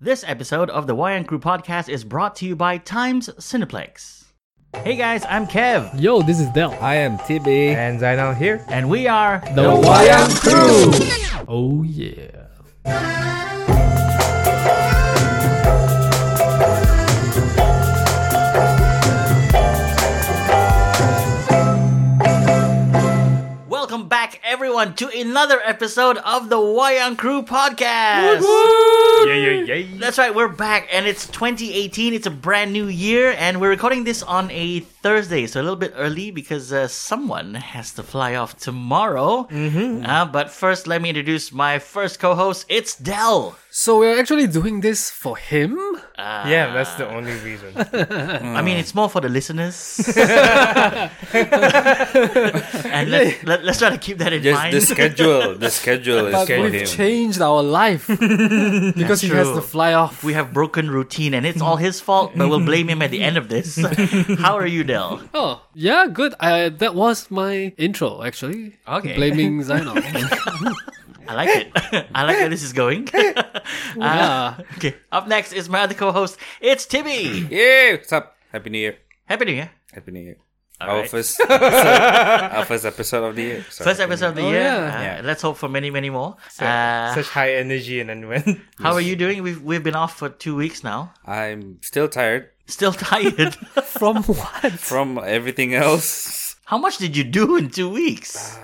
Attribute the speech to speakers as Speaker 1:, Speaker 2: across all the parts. Speaker 1: This episode of the YN Crew podcast is brought to you by Times Cineplex. Hey guys, I'm Kev,
Speaker 2: Yo, this is Del.
Speaker 3: I am TB.
Speaker 4: And Zainal here.
Speaker 1: and we are
Speaker 2: The
Speaker 3: YM Crew.
Speaker 2: Oh yeah.
Speaker 1: Welcome back, everyone, to another episode of the YN Crew podcast.
Speaker 4: Yeah, yeah, yeah.
Speaker 1: That's right, we're back, and it's 2018. It's a brand new year, and we're recording this on a Thursday, so a little bit early because uh, someone has to fly off tomorrow. Mm-hmm. Uh, but first, let me introduce my first co-host. It's Dell.
Speaker 2: So we're actually doing this for him?
Speaker 4: Yeah, that's the only reason.
Speaker 1: I
Speaker 3: Uh.
Speaker 1: mean, it's more for the listeners. and let, let, let's try to keep that in
Speaker 3: Yes,
Speaker 1: mind.
Speaker 3: the schedule. The schedule is
Speaker 2: But
Speaker 3: for
Speaker 2: we've
Speaker 3: him.
Speaker 2: changed our life because he has
Speaker 1: true.
Speaker 2: to fly off.
Speaker 1: we have broken routine, and it's all his fault. But we'll blame him at the end of this. How are you, Dell?
Speaker 2: oh, yeah, good. I, that was my intro, actually.
Speaker 1: Okay.
Speaker 2: Blaming Zainal.
Speaker 1: I like it. I like where this is going. Uh,
Speaker 2: yeah.
Speaker 1: Okay. Up next is my other co-host. It's Timmy.
Speaker 3: Yeah, what's up? Happy New Year.
Speaker 1: Happy New Year.
Speaker 3: Happy New Year. our
Speaker 1: right.
Speaker 3: first episode, our first episode of the year. So
Speaker 1: First episode of the
Speaker 2: Oh,
Speaker 1: year.
Speaker 2: yeah.
Speaker 1: Uh,
Speaker 3: Yeah.
Speaker 1: Let's hope for many, many more. Uh,
Speaker 4: Such high energy and then when.
Speaker 1: how are you doing? We've we've been off for two weeks now.
Speaker 3: I'm still tired
Speaker 1: Still tired.
Speaker 2: From what?
Speaker 3: from everything else.
Speaker 1: how much did you do in two weeks?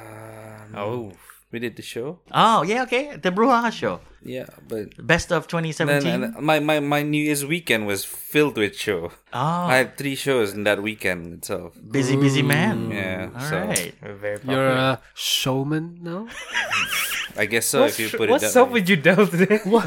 Speaker 4: Oh.
Speaker 3: We did the show.
Speaker 1: Oh yeah, okay. The Bruja show,
Speaker 3: Yeah, but
Speaker 1: best of 2017.
Speaker 3: and, and my, my my New Year's weekend was filled with show.
Speaker 1: Oh.
Speaker 3: I had three shows in that weekend itself.
Speaker 1: busy, busy man.
Speaker 3: Yeah,
Speaker 1: Mm, All
Speaker 3: so
Speaker 1: right.
Speaker 4: We're very
Speaker 2: You're
Speaker 4: popular.
Speaker 2: a showman now?
Speaker 3: I guess so.
Speaker 4: What's,
Speaker 3: if you put it
Speaker 4: what's
Speaker 3: that
Speaker 4: up
Speaker 3: way.
Speaker 4: with you, Del, today?
Speaker 2: What?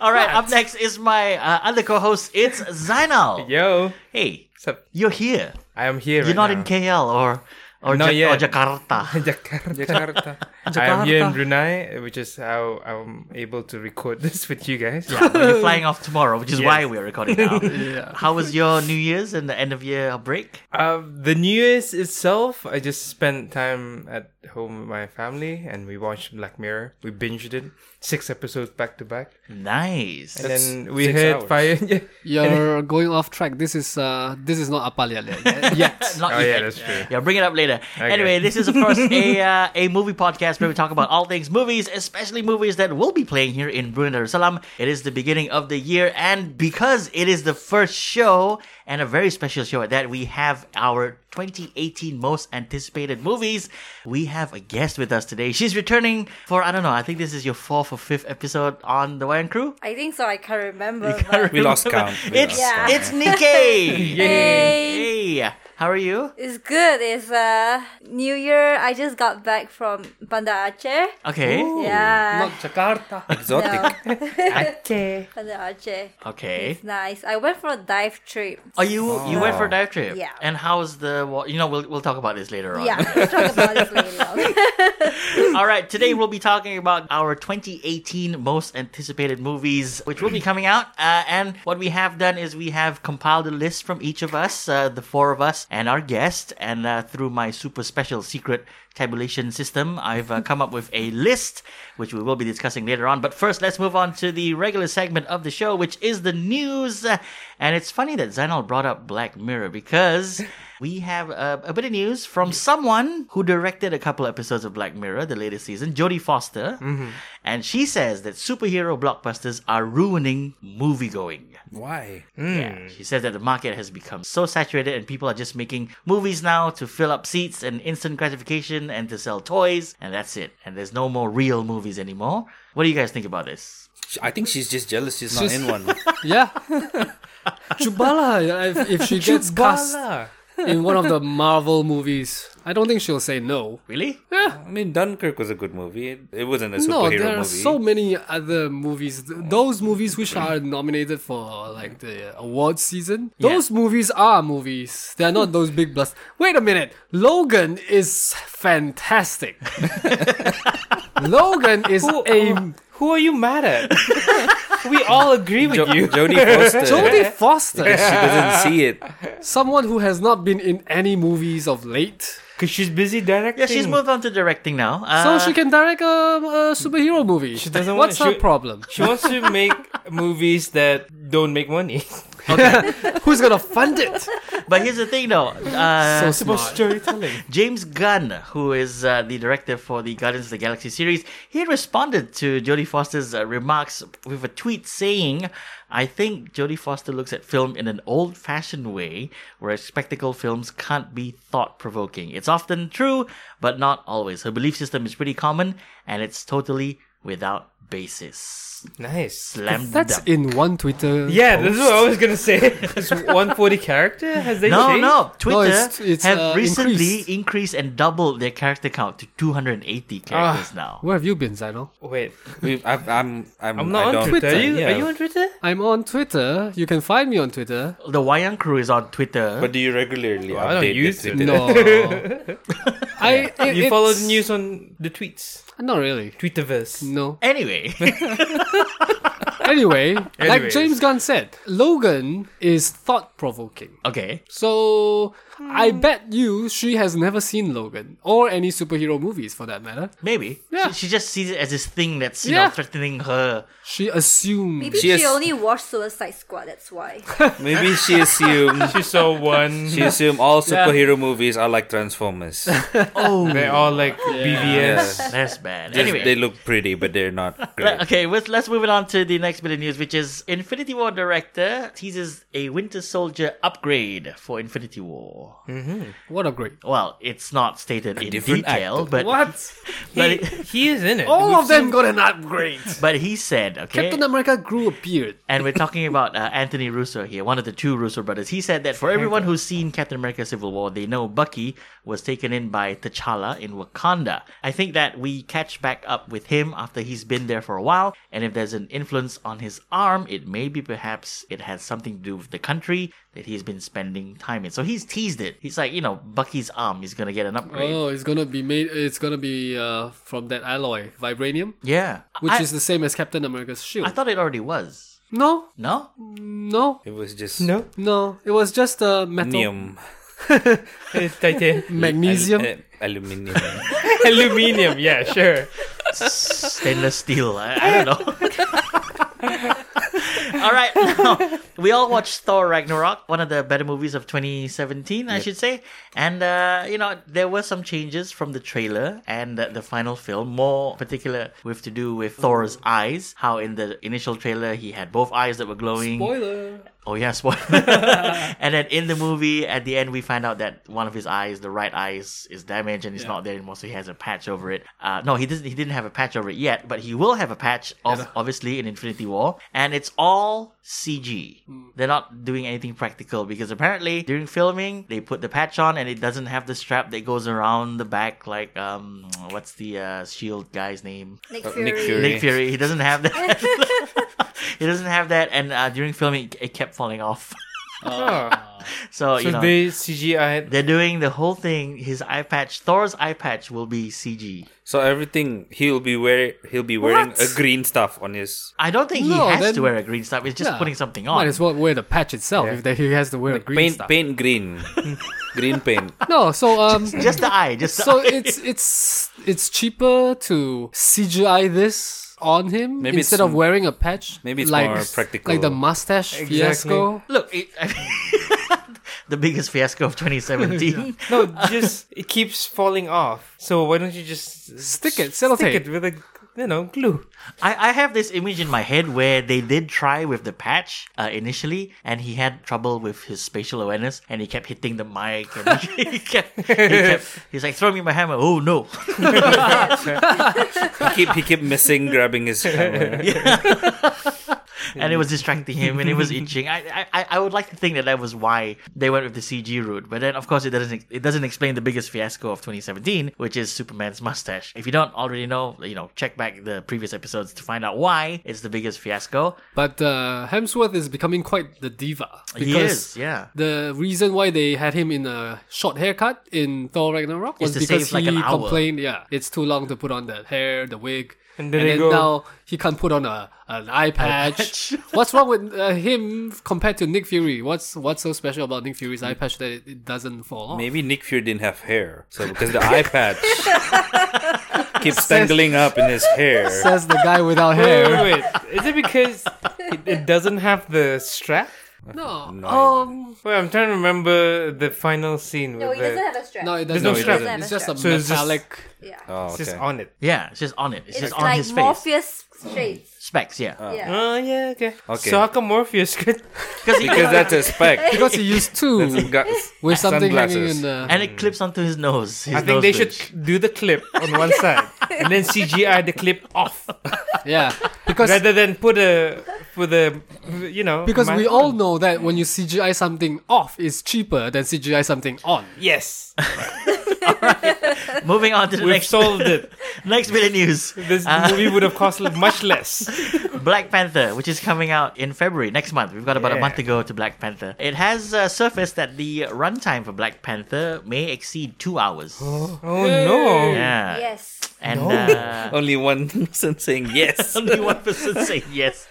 Speaker 1: All right. Up next is my uh, other co-host. It's Zainal.
Speaker 4: Yo.
Speaker 1: Hey,
Speaker 4: What's up?
Speaker 1: you're here.
Speaker 4: I am here.
Speaker 1: You're
Speaker 4: right
Speaker 1: not in
Speaker 4: now.
Speaker 1: KL or or,
Speaker 4: Not
Speaker 1: Ja- or
Speaker 4: yet.
Speaker 1: Jakarta.
Speaker 4: Jakarta.
Speaker 3: Jakarta.
Speaker 4: I am here in
Speaker 2: Jakarta.
Speaker 4: Brunei, which is how I'm able to record this with you guys.
Speaker 1: But you're flying off tomorrow, which is
Speaker 4: Yes.
Speaker 1: why we're recording now.
Speaker 2: yeah.
Speaker 1: How was your New Year's and the end of year break?
Speaker 4: Um, the New Year's itself, I just spent time at home with my family and we watched Black Mirror. We binged it, six episodes back to back.
Speaker 1: Nice.
Speaker 4: And
Speaker 3: That's
Speaker 4: then we
Speaker 3: six
Speaker 4: had
Speaker 3: hours.
Speaker 4: fire. Yeah.
Speaker 2: You're going off track. This is uh this is not Apaliale yet.
Speaker 1: Not
Speaker 4: Oh,
Speaker 1: yet.
Speaker 4: yeah, that's true.
Speaker 1: Yeah, bring it up later. Anyway, this is of course a uh, a movie podcast where we talk about all things movies, especially movies that we'll be playing here in Brunei Darussalam. It is the beginning of the year, and because it is the first show and a very special show at that, we have our 2018 most anticipated movies. We have a guest with us today. She's returning for I don't know. I think this is your fourth or fifth episode on the Wyan Crew.
Speaker 5: I think so. I can't remember. but
Speaker 3: We lost count. We
Speaker 1: It's
Speaker 3: lost count.
Speaker 1: it's Nikkei.
Speaker 5: Hey,
Speaker 1: Hey, how are you?
Speaker 5: it's good. It's uh New Year. I just got back from Bandar Aceh.
Speaker 1: Okay.
Speaker 5: Yeah,
Speaker 2: Not Jakarta.
Speaker 3: exotic.
Speaker 5: Bandar Aceh.
Speaker 1: Okay.
Speaker 5: It's nice. I went for a dive trip.
Speaker 1: Oh, you you went for a dive trip.
Speaker 5: Yeah.
Speaker 1: And how's the wa- you know we'll we'll talk about this later on.
Speaker 5: Yeah, we'll talk about this later.
Speaker 1: All right. Today we'll be talking about our 2018 most anticipated movies, which will be coming out. Uh, and what we have done is we have compiled a list from each of us, uh, the four of us, and our guest. And uh, through my super special secret tabulation system, I've uh, come up with a list, which we will be discussing later on. But first, let's move on to the regular segment of the show, which is the news. And it's funny that Zainal brought up Black Mirror because we have a, a bit of news from someone who directed a couple episodes of Black Mirror, the latest season, Jodie Foster.
Speaker 2: Mm-hmm.
Speaker 1: And she says that superhero blockbusters are ruining movie going.
Speaker 3: Why?
Speaker 2: Hmm.
Speaker 1: Yeah. She says that the market has become so saturated and people are just making movies now to fill up seats and instant gratification and to sell toys, and that's it. And there's no more real movies anymore. What do you guys think about this?
Speaker 3: I think she's just jealous she's not
Speaker 2: She's-
Speaker 3: in one.
Speaker 2: Yeah. Chubala. If, if she gets cast
Speaker 4: Bala.
Speaker 2: in one of the Marvel movies, I don't think she'll say no.
Speaker 1: Really?
Speaker 3: I mean, Dunkirk was a good movie. It, it wasn't a
Speaker 2: No,
Speaker 3: superhero
Speaker 2: there are
Speaker 3: movie.
Speaker 2: so many other movies. Th- Those movies which are nominated for like the award season.
Speaker 1: Yeah.
Speaker 2: Those movies are movies. They are not those big blast. Wait a minute. Logan is fantastic. Logan is a
Speaker 4: Who are you mad at? we all agree with
Speaker 3: Jo-
Speaker 4: you.
Speaker 3: Jodie Foster.
Speaker 2: Jodie Foster.
Speaker 3: She doesn't see it.
Speaker 2: Someone who has not been in any movies of late.
Speaker 4: Cause she's busy directing.
Speaker 1: Yeah, she's moved on to directing now.
Speaker 2: So
Speaker 1: Uh,
Speaker 2: she can direct a, a superhero movie.
Speaker 4: She doesn't
Speaker 2: What's
Speaker 4: wanna-
Speaker 2: her
Speaker 4: she-
Speaker 2: problem?
Speaker 4: She wants to make movies that don't make money.
Speaker 2: Who's gonna fund it?
Speaker 1: But here's the thing, though. Uh,
Speaker 2: so
Speaker 4: It's about
Speaker 2: smart.
Speaker 4: storytelling.
Speaker 1: James Gunn, who is uh, the director for the Guardians of the Galaxy series, he responded to Jodie Foster's uh, remarks with a tweet saying, "I think Jodie Foster looks at film in an old-fashioned way, where spectacle films can't be thought-provoking. It's often true, but not always. Her belief system is pretty common, and it's totally without basis."
Speaker 4: Nice.
Speaker 1: Slam
Speaker 2: That's
Speaker 1: dunk.
Speaker 2: in one Twitter.
Speaker 4: Yeah, this is what I was gonna say. It's 140 character. Has they
Speaker 1: No,
Speaker 4: changed?
Speaker 1: no. Twitter
Speaker 2: it's- it's,
Speaker 1: have
Speaker 2: uh,
Speaker 1: recently increased.
Speaker 2: increased.
Speaker 1: and doubled their character count to 280 characters now.
Speaker 2: Where have you been, Zino?
Speaker 4: Wait,
Speaker 3: We, I, I'm, I'm,
Speaker 4: I'm not
Speaker 3: I
Speaker 4: on
Speaker 3: don't-
Speaker 4: Twitter. Are you?
Speaker 3: Yeah.
Speaker 4: Are you on Twitter?
Speaker 2: I'm on Twitter. You can find me on Twitter.
Speaker 1: The Wayang crew is on Twitter.
Speaker 3: But do you regularly
Speaker 4: I don't
Speaker 3: update
Speaker 4: use
Speaker 3: the Twitter?
Speaker 2: No. I. It,
Speaker 4: You follow the
Speaker 2: it's-
Speaker 4: news on the tweets,
Speaker 2: Not really.
Speaker 4: Twitterverse.
Speaker 2: No.
Speaker 1: anyway,
Speaker 2: Anyway, like
Speaker 4: Anyways.
Speaker 2: James Gunn said, Logan is thought provoking.
Speaker 1: okay.
Speaker 2: So I bet you she has never seen Logan or any superhero movies for that matter.
Speaker 1: Maybe
Speaker 2: Yeah.
Speaker 1: she, she just sees it as this thing that's you
Speaker 2: Yeah.
Speaker 1: know threatening her.
Speaker 2: She assumed
Speaker 5: Maybe
Speaker 3: She
Speaker 5: she,
Speaker 3: has-
Speaker 5: only watched Suicide Squad, that's why.
Speaker 3: Maybe she assumed
Speaker 4: She saw one.
Speaker 3: she assumed all superhero movies are like Transformers.
Speaker 4: They're all like BVS.
Speaker 3: Yes.
Speaker 1: That's bad.
Speaker 3: Just
Speaker 1: anyway,
Speaker 3: They look pretty, but they're not
Speaker 1: le-
Speaker 3: great.
Speaker 1: okay. Let's let's move it on to the next bit of news, which is Infinity War director teases a Winter Soldier upgrade for Infinity War.
Speaker 2: what a great.
Speaker 1: Well, it's not stated in
Speaker 3: Hmm. different
Speaker 1: detail,
Speaker 3: actor.
Speaker 1: but
Speaker 2: What?
Speaker 1: but
Speaker 4: He,
Speaker 1: it-
Speaker 4: he is in it.
Speaker 2: All of them got an upgrade.
Speaker 1: but he said okay.
Speaker 2: Captain America grew a beard.
Speaker 1: and we're talking about uh, Anthony Russo here, one of the two Russo brothers. He said that for everyone who's seen Captain America: Civil War, they know Bucky was taken in by T'Challa in Wakanda. I think that we catch back up with him after he's been there for a while, and if there's an influence on his arm, it may be perhaps it has something to do with the country that he's been spending time in. So he's teased it. He's like, you know, Bucky's arm is gonna get an upgrade.
Speaker 2: Oh, it's gonna be made. It's gonna be uh, from that alloy, vibranium,
Speaker 1: yeah,
Speaker 2: which
Speaker 1: I-
Speaker 2: is the same as Captain America's shield.
Speaker 1: I thought it already was.
Speaker 2: no,
Speaker 1: No,
Speaker 2: no,
Speaker 3: It was just
Speaker 4: No,
Speaker 2: no. It was just a metal
Speaker 3: Neum.
Speaker 4: it's titanium.
Speaker 2: magnesium.
Speaker 3: Al- uh, aluminium.
Speaker 4: Aluminium, yeah, sure.
Speaker 1: stainless steel. I, I don't know. all right, now, we all watched Thor Ragnarok, one of the better movies of 2017, I should say. And uh, you know, there were some changes from the trailer and uh, the final film, more particular with to do with Thor's eyes. How in the initial trailer he had both eyes that were glowing.
Speaker 2: Spoiler.
Speaker 1: Oh yeah, spoiler. and then in the movie, at the end, we find out that one of his eyes, the right eye, is, is damaged and it's not there anymore. So he has a patch over it. Uh, no, he doesn't. He didn't have a patch over it yet, but he will have a patch, of, obviously, in Infinity War. And it's all CG. They're not doing anything practical because apparently during filming they put the patch on and it doesn't have the strap that goes around the back like um what's the uh, shield guy's name
Speaker 5: Nick
Speaker 3: Nick
Speaker 5: Fury.
Speaker 3: Fury.
Speaker 1: Nick Fury. He doesn't have that. he doesn't have that, and uh, during filming, it, it kept falling off.
Speaker 4: Oh.
Speaker 1: So,
Speaker 4: So
Speaker 1: you know, they-
Speaker 4: they CGI.
Speaker 1: are doing the whole thing. His eye patch, Thor's eye patch, will be CG.
Speaker 3: so everything he'll be wear he'll be wearing a green stuff on his
Speaker 1: I don't think
Speaker 2: No,
Speaker 1: he has
Speaker 2: then-
Speaker 1: to wear a green stuff. It's just
Speaker 2: Yeah.
Speaker 1: putting something
Speaker 2: Might
Speaker 1: on.
Speaker 2: as well wear the patch itself if they, he has to wear a green
Speaker 3: Ah. paint
Speaker 2: stuff.
Speaker 3: paint green. green paint.
Speaker 2: No, so um,
Speaker 1: Just the eye. Just the
Speaker 2: so
Speaker 1: eye.
Speaker 2: it's it's it's cheaper to CGI this on him
Speaker 3: Maybe it's
Speaker 2: instead of
Speaker 3: m-
Speaker 2: wearing a patch.
Speaker 3: maybe it's
Speaker 2: like,
Speaker 3: more practical.
Speaker 2: like the mustache
Speaker 4: Exactly.
Speaker 2: fiasco.
Speaker 1: Look, it, I mean, the biggest fiasco of 2017.
Speaker 4: No, just it keeps falling off. So why don't you just
Speaker 2: Stick it,
Speaker 4: Stick
Speaker 2: sellotape.
Speaker 4: it with a you know glue.
Speaker 1: I, I have this image in my head where they did try with the patch uh, initially, and he had trouble with his spatial awareness, and he kept hitting the mic, and he, kept, he kept, he's like, throw me my hammer. Oh no!
Speaker 3: He keep he keep missing grabbing his camera.
Speaker 1: and it was distracting him, and it was itching. I, I- I, I would like to think that that was why they went with the CG route, but then of course it doesn't it doesn't explain the biggest fiasco of 2017, which is Superman's mustache. If you don't already know, you know, check back the previous episodes to find out why it's the biggest fiasco.
Speaker 2: But uh, Hemsworth is becoming quite the diva because
Speaker 1: he is, yeah.
Speaker 2: the reason why they had him in a short haircut in Thor Ragnarok was
Speaker 1: to
Speaker 2: because
Speaker 1: save, like,
Speaker 2: he
Speaker 1: an hour.
Speaker 2: complained. Yeah, it's too long to put on the hair, the wig.
Speaker 4: And then
Speaker 2: and
Speaker 4: they
Speaker 2: then
Speaker 4: go.
Speaker 2: now he can't put on a an eye patch. what's wrong with uh, him compared to Nick Fury? What's what's so special about Nick Fury's eye patch that it, it doesn't fall off?
Speaker 3: Maybe Nick Fury didn't have hair, so because the eye patch keeps tangling up in his hair.
Speaker 2: Says the guy without
Speaker 4: Wait,
Speaker 2: hair.
Speaker 4: wait, wait. Is it because it, it doesn't have the strap?
Speaker 2: No,
Speaker 3: No.
Speaker 2: um,
Speaker 4: Wait, I'm trying to remember the final scene.
Speaker 5: No,
Speaker 4: with
Speaker 5: he
Speaker 4: the,
Speaker 5: doesn't have a strap.
Speaker 2: no, it doesn't.
Speaker 4: no
Speaker 2: it
Speaker 4: strap.
Speaker 2: doesn't. It's just a
Speaker 4: So it's just-
Speaker 2: metallic.
Speaker 5: yeah.
Speaker 3: Oh,
Speaker 4: It's just
Speaker 3: okay.
Speaker 4: on it.
Speaker 1: Yeah, it's just on it. It's,
Speaker 5: It's
Speaker 1: just on
Speaker 5: like
Speaker 1: his face.
Speaker 5: Morpheus straight.
Speaker 1: Specs, yeah.
Speaker 5: yeah.
Speaker 4: Oh yeah, okay.
Speaker 3: Okay.
Speaker 4: So how come Morpheus could?
Speaker 1: Because he
Speaker 3: Because that's a spec.
Speaker 2: Because he used two
Speaker 3: That's-
Speaker 2: with something hanging
Speaker 3: sunglasses.
Speaker 2: in the.
Speaker 1: and it clips onto his nose. His
Speaker 4: I think
Speaker 1: nose
Speaker 4: they should
Speaker 1: bridge.
Speaker 4: do the clip on one side and then CGI the clip off
Speaker 2: Yeah, because
Speaker 4: rather than put a for the you know
Speaker 2: because we
Speaker 4: mic
Speaker 2: all
Speaker 4: on.
Speaker 2: know that when you CGI something off, it's cheaper than CGI something on.
Speaker 4: yes
Speaker 1: Moving on to the
Speaker 4: we've
Speaker 1: next
Speaker 4: solved it.
Speaker 1: next bit of news.
Speaker 4: This movie would have cost much less.
Speaker 1: Black Panther, which is coming out in February next month. We've got about a
Speaker 4: Yeah.
Speaker 1: month to go to Black Panther. It has uh, surfaced that the runtime for Black Panther may exceed two hours.
Speaker 4: Oh no!
Speaker 1: Yeah.
Speaker 5: Yes.
Speaker 1: And uh,
Speaker 3: Only one person saying yes.
Speaker 1: only one person saying yes.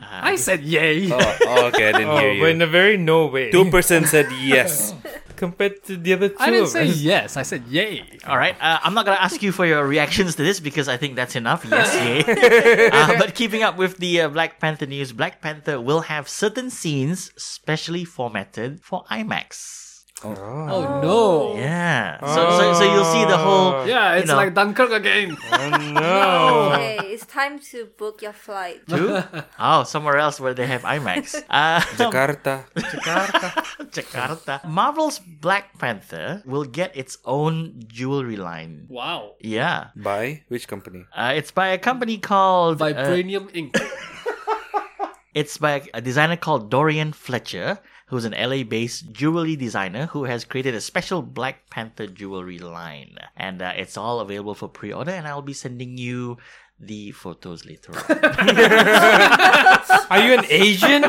Speaker 2: I said yay.
Speaker 3: Oh, oh, okay, I didn't
Speaker 4: Oh,
Speaker 3: hear you.
Speaker 4: but in a very no way
Speaker 3: Two percent said yes.
Speaker 4: compared to the other two.
Speaker 2: I didn't
Speaker 4: of
Speaker 2: say
Speaker 4: us.
Speaker 2: yes. I said yay.
Speaker 1: All right. Uh, I'm not going to ask you for your reactions to this because I think that's enough. Yes, yay. uh, but keeping up with the uh, Black Panther news, Black Panther will have certain scenes specially formatted for IMAX.
Speaker 2: Oh no.
Speaker 1: Yeah. So, so, so you'll see the
Speaker 4: Oh.
Speaker 1: whole.
Speaker 2: Yeah,
Speaker 1: you
Speaker 2: it's
Speaker 1: know,
Speaker 2: like Dunkirk again.
Speaker 5: Okay, it's time to book your flight.
Speaker 1: Oh, somewhere else where they have IMAX. Uh,
Speaker 3: Jakarta.
Speaker 1: Jakarta. Marvel's Black Panther will get its own jewelry line.
Speaker 2: wow.
Speaker 1: Yeah.
Speaker 3: By which company?
Speaker 1: Uh, it's by a company called. uh,
Speaker 2: Vibranium Inc.
Speaker 1: It's by a designer called Dorian Fletcher, who's an LA based jewelry designer who has created a special Black Panther jewelry line. And uh, it's all available for pre order, and I'll be sending you the photos later on.
Speaker 4: Are you an Asian?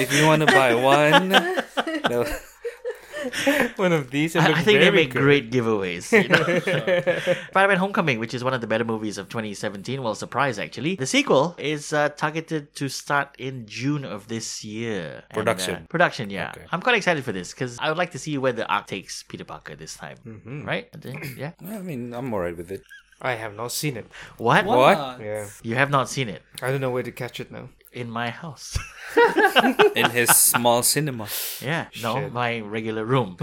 Speaker 3: If you want to buy one, no.
Speaker 4: One of these. It
Speaker 1: I,
Speaker 4: looked
Speaker 1: I think they
Speaker 4: very
Speaker 1: make
Speaker 4: good.
Speaker 1: great giveaways. You know? Spider Man Homecoming, which is one of the better movies of 2017, well, surprise actually. The sequel is uh, targeted to start in June of this year. And, uh,
Speaker 3: Production.
Speaker 1: production, yeah.
Speaker 3: Okay.
Speaker 1: I'm quite excited for this because I would like to see where the arc takes Peter Parker this time. Right? Yeah.
Speaker 3: I mean, I'm alright with it.
Speaker 4: I have not seen it.
Speaker 1: What?
Speaker 2: Ah,
Speaker 3: What?
Speaker 4: Yeah,
Speaker 1: You have not seen it
Speaker 4: I don't know where to catch it now.
Speaker 1: in my house.
Speaker 3: In his small cinema.
Speaker 1: yeah, no,
Speaker 4: Shit.
Speaker 1: my regular room.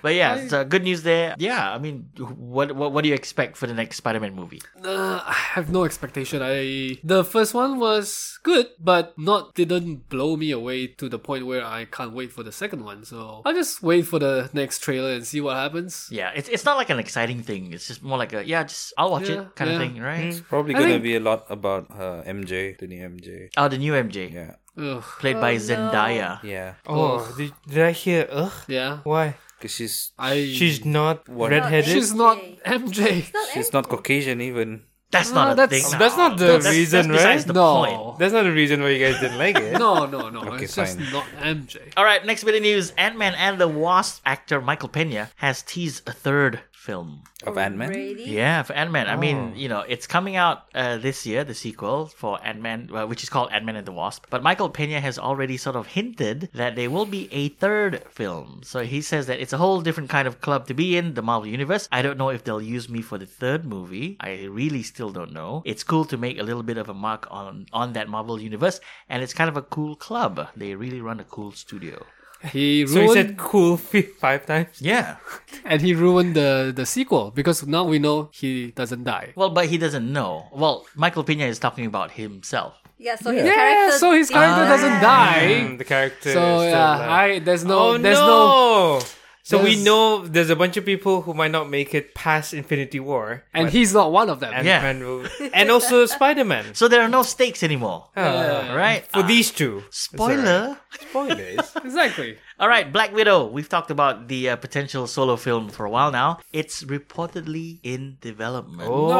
Speaker 1: but yeah, so good news there. Yeah, I mean, what what, what do you expect for the next Spider-Man movie?
Speaker 2: Uh, I have no expectation. I the first one was good, but not didn't blow me away to the point where I can't wait for the second one. So I'll just wait for the next trailer and see what happens.
Speaker 1: Yeah, it's it's not like an exciting thing. It's just more like a yeah, just I'll watch
Speaker 2: Yeah,
Speaker 1: it kind of
Speaker 2: yeah.
Speaker 1: thing, right?
Speaker 4: Mm.
Speaker 3: Probably
Speaker 2: I
Speaker 3: gonna
Speaker 2: think-
Speaker 3: be a lot about uh, MJ, the new MJ.
Speaker 1: Oh, the new MJ
Speaker 3: Yeah,
Speaker 2: Ugh.
Speaker 1: played by Zendaya.
Speaker 3: yeah,
Speaker 4: Oh, did, did I hear? Ugh.
Speaker 2: Yeah.
Speaker 4: Why?
Speaker 3: because she's
Speaker 2: I
Speaker 4: She's not redheaded.
Speaker 2: she's not MJ.
Speaker 5: Not
Speaker 3: she's not Caucasian even.
Speaker 1: That's not
Speaker 2: Ah,
Speaker 1: a
Speaker 2: that's-
Speaker 1: thing.
Speaker 4: that's not the reason,
Speaker 1: that's besides
Speaker 4: right?
Speaker 1: the point.
Speaker 2: No.
Speaker 4: That's not the reason why you guys didn't like it.
Speaker 2: no, no, no.
Speaker 3: Okay,
Speaker 2: it's just
Speaker 3: fine.
Speaker 2: not MJ.
Speaker 1: All right, next bit of news: Ant-Man and the Wasp actor Michael Pena has teased a third film.
Speaker 4: Oh,
Speaker 3: Of Ant Man?
Speaker 5: Really?
Speaker 1: Yeah, for Ant Man. I mean, you know, it's coming out uh, this year, the sequel for Ant Man, uh, which is called Ant Man and the Wasp. But Michael Pena has already sort of hinted that there will be a third film. So he says that it's a whole different kind of club to be in, the Marvel Universe. I don't know if they'll use me for the third movie. I really still don't know. It's cool to make a little bit of a mark on, on that Marvel Universe, and it's kind of a cool club. They really run a cool studio.
Speaker 2: He ruined
Speaker 4: So he said cool fi- five times.
Speaker 1: Yeah.
Speaker 2: and he ruined the the sequel because now we know he doesn't die.
Speaker 1: Well, but he doesn't know. Well, Michael Pena is talking about himself.
Speaker 5: Yeah, so his
Speaker 2: Yeah,
Speaker 5: character
Speaker 2: so his character doesn't die.
Speaker 4: Mm, the character.
Speaker 2: So
Speaker 4: is still
Speaker 2: yeah,
Speaker 4: alive.
Speaker 2: I there's no
Speaker 4: oh
Speaker 2: there's no
Speaker 4: no. So we
Speaker 2: there's-
Speaker 4: know there's a bunch of people who might not make it past Infinity War,
Speaker 2: and he's not one of them.
Speaker 4: and
Speaker 1: Yeah.
Speaker 4: will, and also Spider Man.
Speaker 1: So there are no stakes anymore.
Speaker 4: Uh,
Speaker 1: Right? Ah,
Speaker 4: for these two,
Speaker 1: Spoiler.
Speaker 4: spoilers.
Speaker 2: Exactly.
Speaker 1: All right, Black Widow. We've talked about the uh, potential solo film for a while now. It's reportedly in development.
Speaker 4: Oh,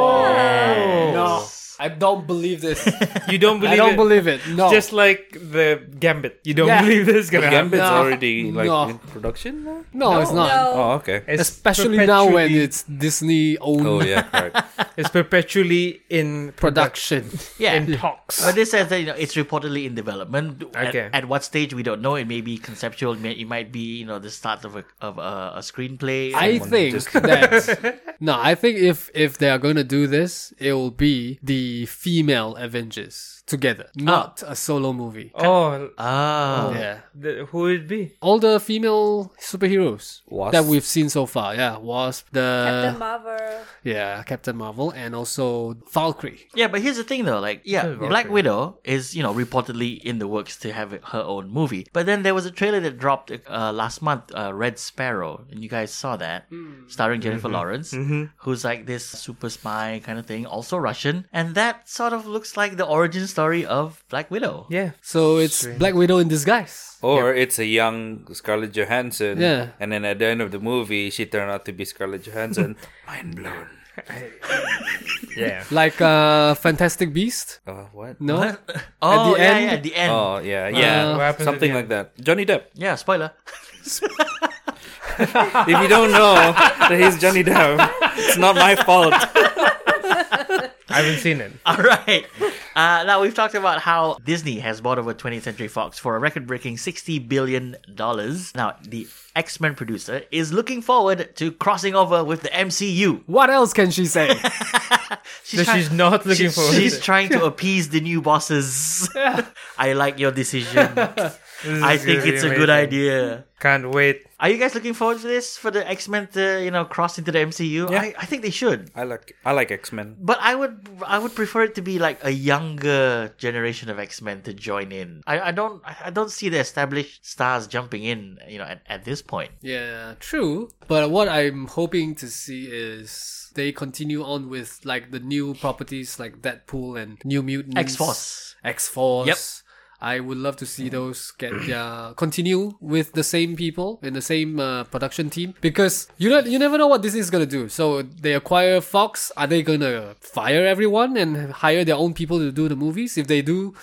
Speaker 2: No. No. I don't believe this.
Speaker 4: You don't believe
Speaker 2: I don't
Speaker 4: it?
Speaker 2: believe it. No.
Speaker 4: Just like the Gambit. You don't
Speaker 2: Yeah.
Speaker 4: believe this is gonna happen.
Speaker 3: Gambit's
Speaker 2: No.
Speaker 3: already like
Speaker 2: No.
Speaker 3: in production now.
Speaker 2: no, it's not.
Speaker 5: No.
Speaker 3: Oh, okay.
Speaker 4: It's
Speaker 2: Especially now when
Speaker 4: perpetually-
Speaker 2: it's Disney owned
Speaker 3: Oh yeah, right.
Speaker 4: it's perpetually in
Speaker 2: production.
Speaker 1: Yeah.
Speaker 4: in talks.
Speaker 1: But this says that you know it's reportedly in development. At-
Speaker 4: Okay.
Speaker 1: At, what stage we don't know. It may be conceptual. It, may, it might be you know the start of a of a, a screenplay.
Speaker 2: I
Speaker 3: Someone
Speaker 2: think
Speaker 3: just-
Speaker 2: that no, I think if if they are gonna do this, it will be the female Avengers together,
Speaker 3: Ah.
Speaker 2: not a solo movie.
Speaker 4: Oh,
Speaker 3: Uh.
Speaker 1: oh.
Speaker 2: Yeah,
Speaker 4: the, who would it be?
Speaker 2: all the female superheroes
Speaker 3: Wasp.
Speaker 2: that we've seen so far. Yeah, Wasp, the
Speaker 5: Captain Marvel.
Speaker 2: yeah Captain Marvel, and also Valkyrie.
Speaker 1: Yeah, but here's the thing though, like yeah,
Speaker 4: Sure,
Speaker 1: Black
Speaker 4: okay.
Speaker 1: Widow is you know reportedly in the works to have it- her own movie. But then there was a trailer that dropped uh, last month, uh, Red Sparrow, and you guys saw that, starring Jennifer Lawrence, who's like this super spy kind of thing, also Russian, and that sort of looks like the origin story of Black Widow.
Speaker 4: Yeah.
Speaker 2: So it's Black Widow in disguise.
Speaker 3: Or it's a young Scarlett Johansson.
Speaker 2: Yeah.
Speaker 3: And then at the end of the movie, she turned out to be Scarlett Johansson. Mind blown.
Speaker 4: Yeah.
Speaker 2: Like uh, Fantastic Beast?
Speaker 3: Uh, what?
Speaker 2: No,
Speaker 1: Oh
Speaker 2: At the
Speaker 1: yeah,
Speaker 2: end-
Speaker 1: yeah, at the end.
Speaker 3: Oh yeah, yeah.
Speaker 2: Uh,
Speaker 4: What happens
Speaker 3: Something
Speaker 4: at
Speaker 3: like that. Johnny Depp.
Speaker 1: Yeah, spoiler.
Speaker 3: If you don't know that he's Johnny Depp, it's not my fault.
Speaker 4: I haven't seen it.
Speaker 1: All right. Uh, now we've talked about how Disney has bought over 20th Century Fox for a record-breaking 60 billion dollars. Now the X-Men producer is looking forward to crossing over with the MCU.
Speaker 2: what else can she say?
Speaker 1: She's,
Speaker 4: So
Speaker 1: try-
Speaker 4: she's not looking
Speaker 1: she's-
Speaker 4: forward.
Speaker 1: she's
Speaker 4: to it.
Speaker 1: trying to appease the new bosses. I like your decision.
Speaker 4: This is
Speaker 1: I
Speaker 4: gonna
Speaker 1: think
Speaker 4: be
Speaker 1: it's a good
Speaker 4: amazing.
Speaker 1: idea.
Speaker 4: Can't wait.
Speaker 1: Are you guys looking forward to this for the X-Men to you know cross into the MCU? I, I think they should.
Speaker 3: I like I like X Men.
Speaker 1: But I would I would prefer it to be like a younger generation of X Men to join in. I, I don't I I don't see the established stars jumping in, you know, at, at this point.
Speaker 2: Yeah, true. But what I'm hoping to see is they continue on with like the new properties like Deadpool and New Mutants,
Speaker 1: X Force.
Speaker 2: X Force.
Speaker 1: Yep.
Speaker 2: I would love to see those get their continue with the same people in the same uh, production team because you know you never know what Disney's gonna do. So they acquire Fox. Are they gonna fire everyone and hire their own people to do the movies? If they do,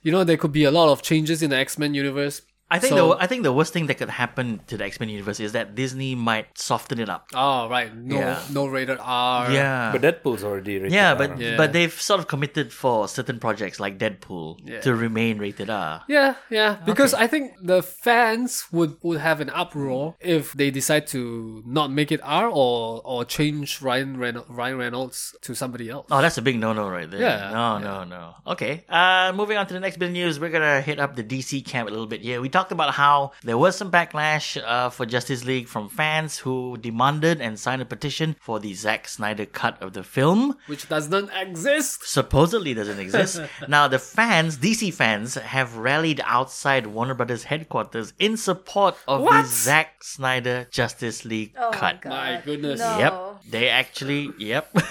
Speaker 2: you know there could be a lot of changes in the X Men universe.
Speaker 1: I think
Speaker 2: So-
Speaker 1: the I think the worst thing that could happen to the X Men universe is that Disney might soften it up.
Speaker 2: Oh right, no,
Speaker 1: Yeah.
Speaker 2: no rated R.
Speaker 1: Yeah.
Speaker 3: But Deadpool's already rated
Speaker 1: yeah,
Speaker 3: R.
Speaker 1: but
Speaker 2: Uh. Yeah.
Speaker 1: but they've sort of committed for certain projects like Deadpool to remain rated R.
Speaker 2: Yeah, yeah. Because I think the fans would, would have an uproar if they decide to not make it R or or change Ryan Reyno- Ryan Reynolds to somebody else.
Speaker 1: Oh, that's a big no-no right there.
Speaker 2: Yeah,
Speaker 1: No, no, no. Okay. Uh, moving on to the next bit of news, we're gonna hit up the DC camp a little bit here. We talked about how there was some backlash uh, for Justice League from fans who demanded and signed a petition for the Zack Snyder cut of the film.
Speaker 2: Which does not exist.
Speaker 1: Supposedly doesn't exist. now the fans, DC fans, have rallied outside Warner Brothers headquarters in support of the
Speaker 2: What?
Speaker 1: Zack Snyder Justice League
Speaker 5: Oh
Speaker 1: cut.
Speaker 5: God. Oh.
Speaker 2: My goodness.
Speaker 5: No.
Speaker 1: Yep. They actually. Yep.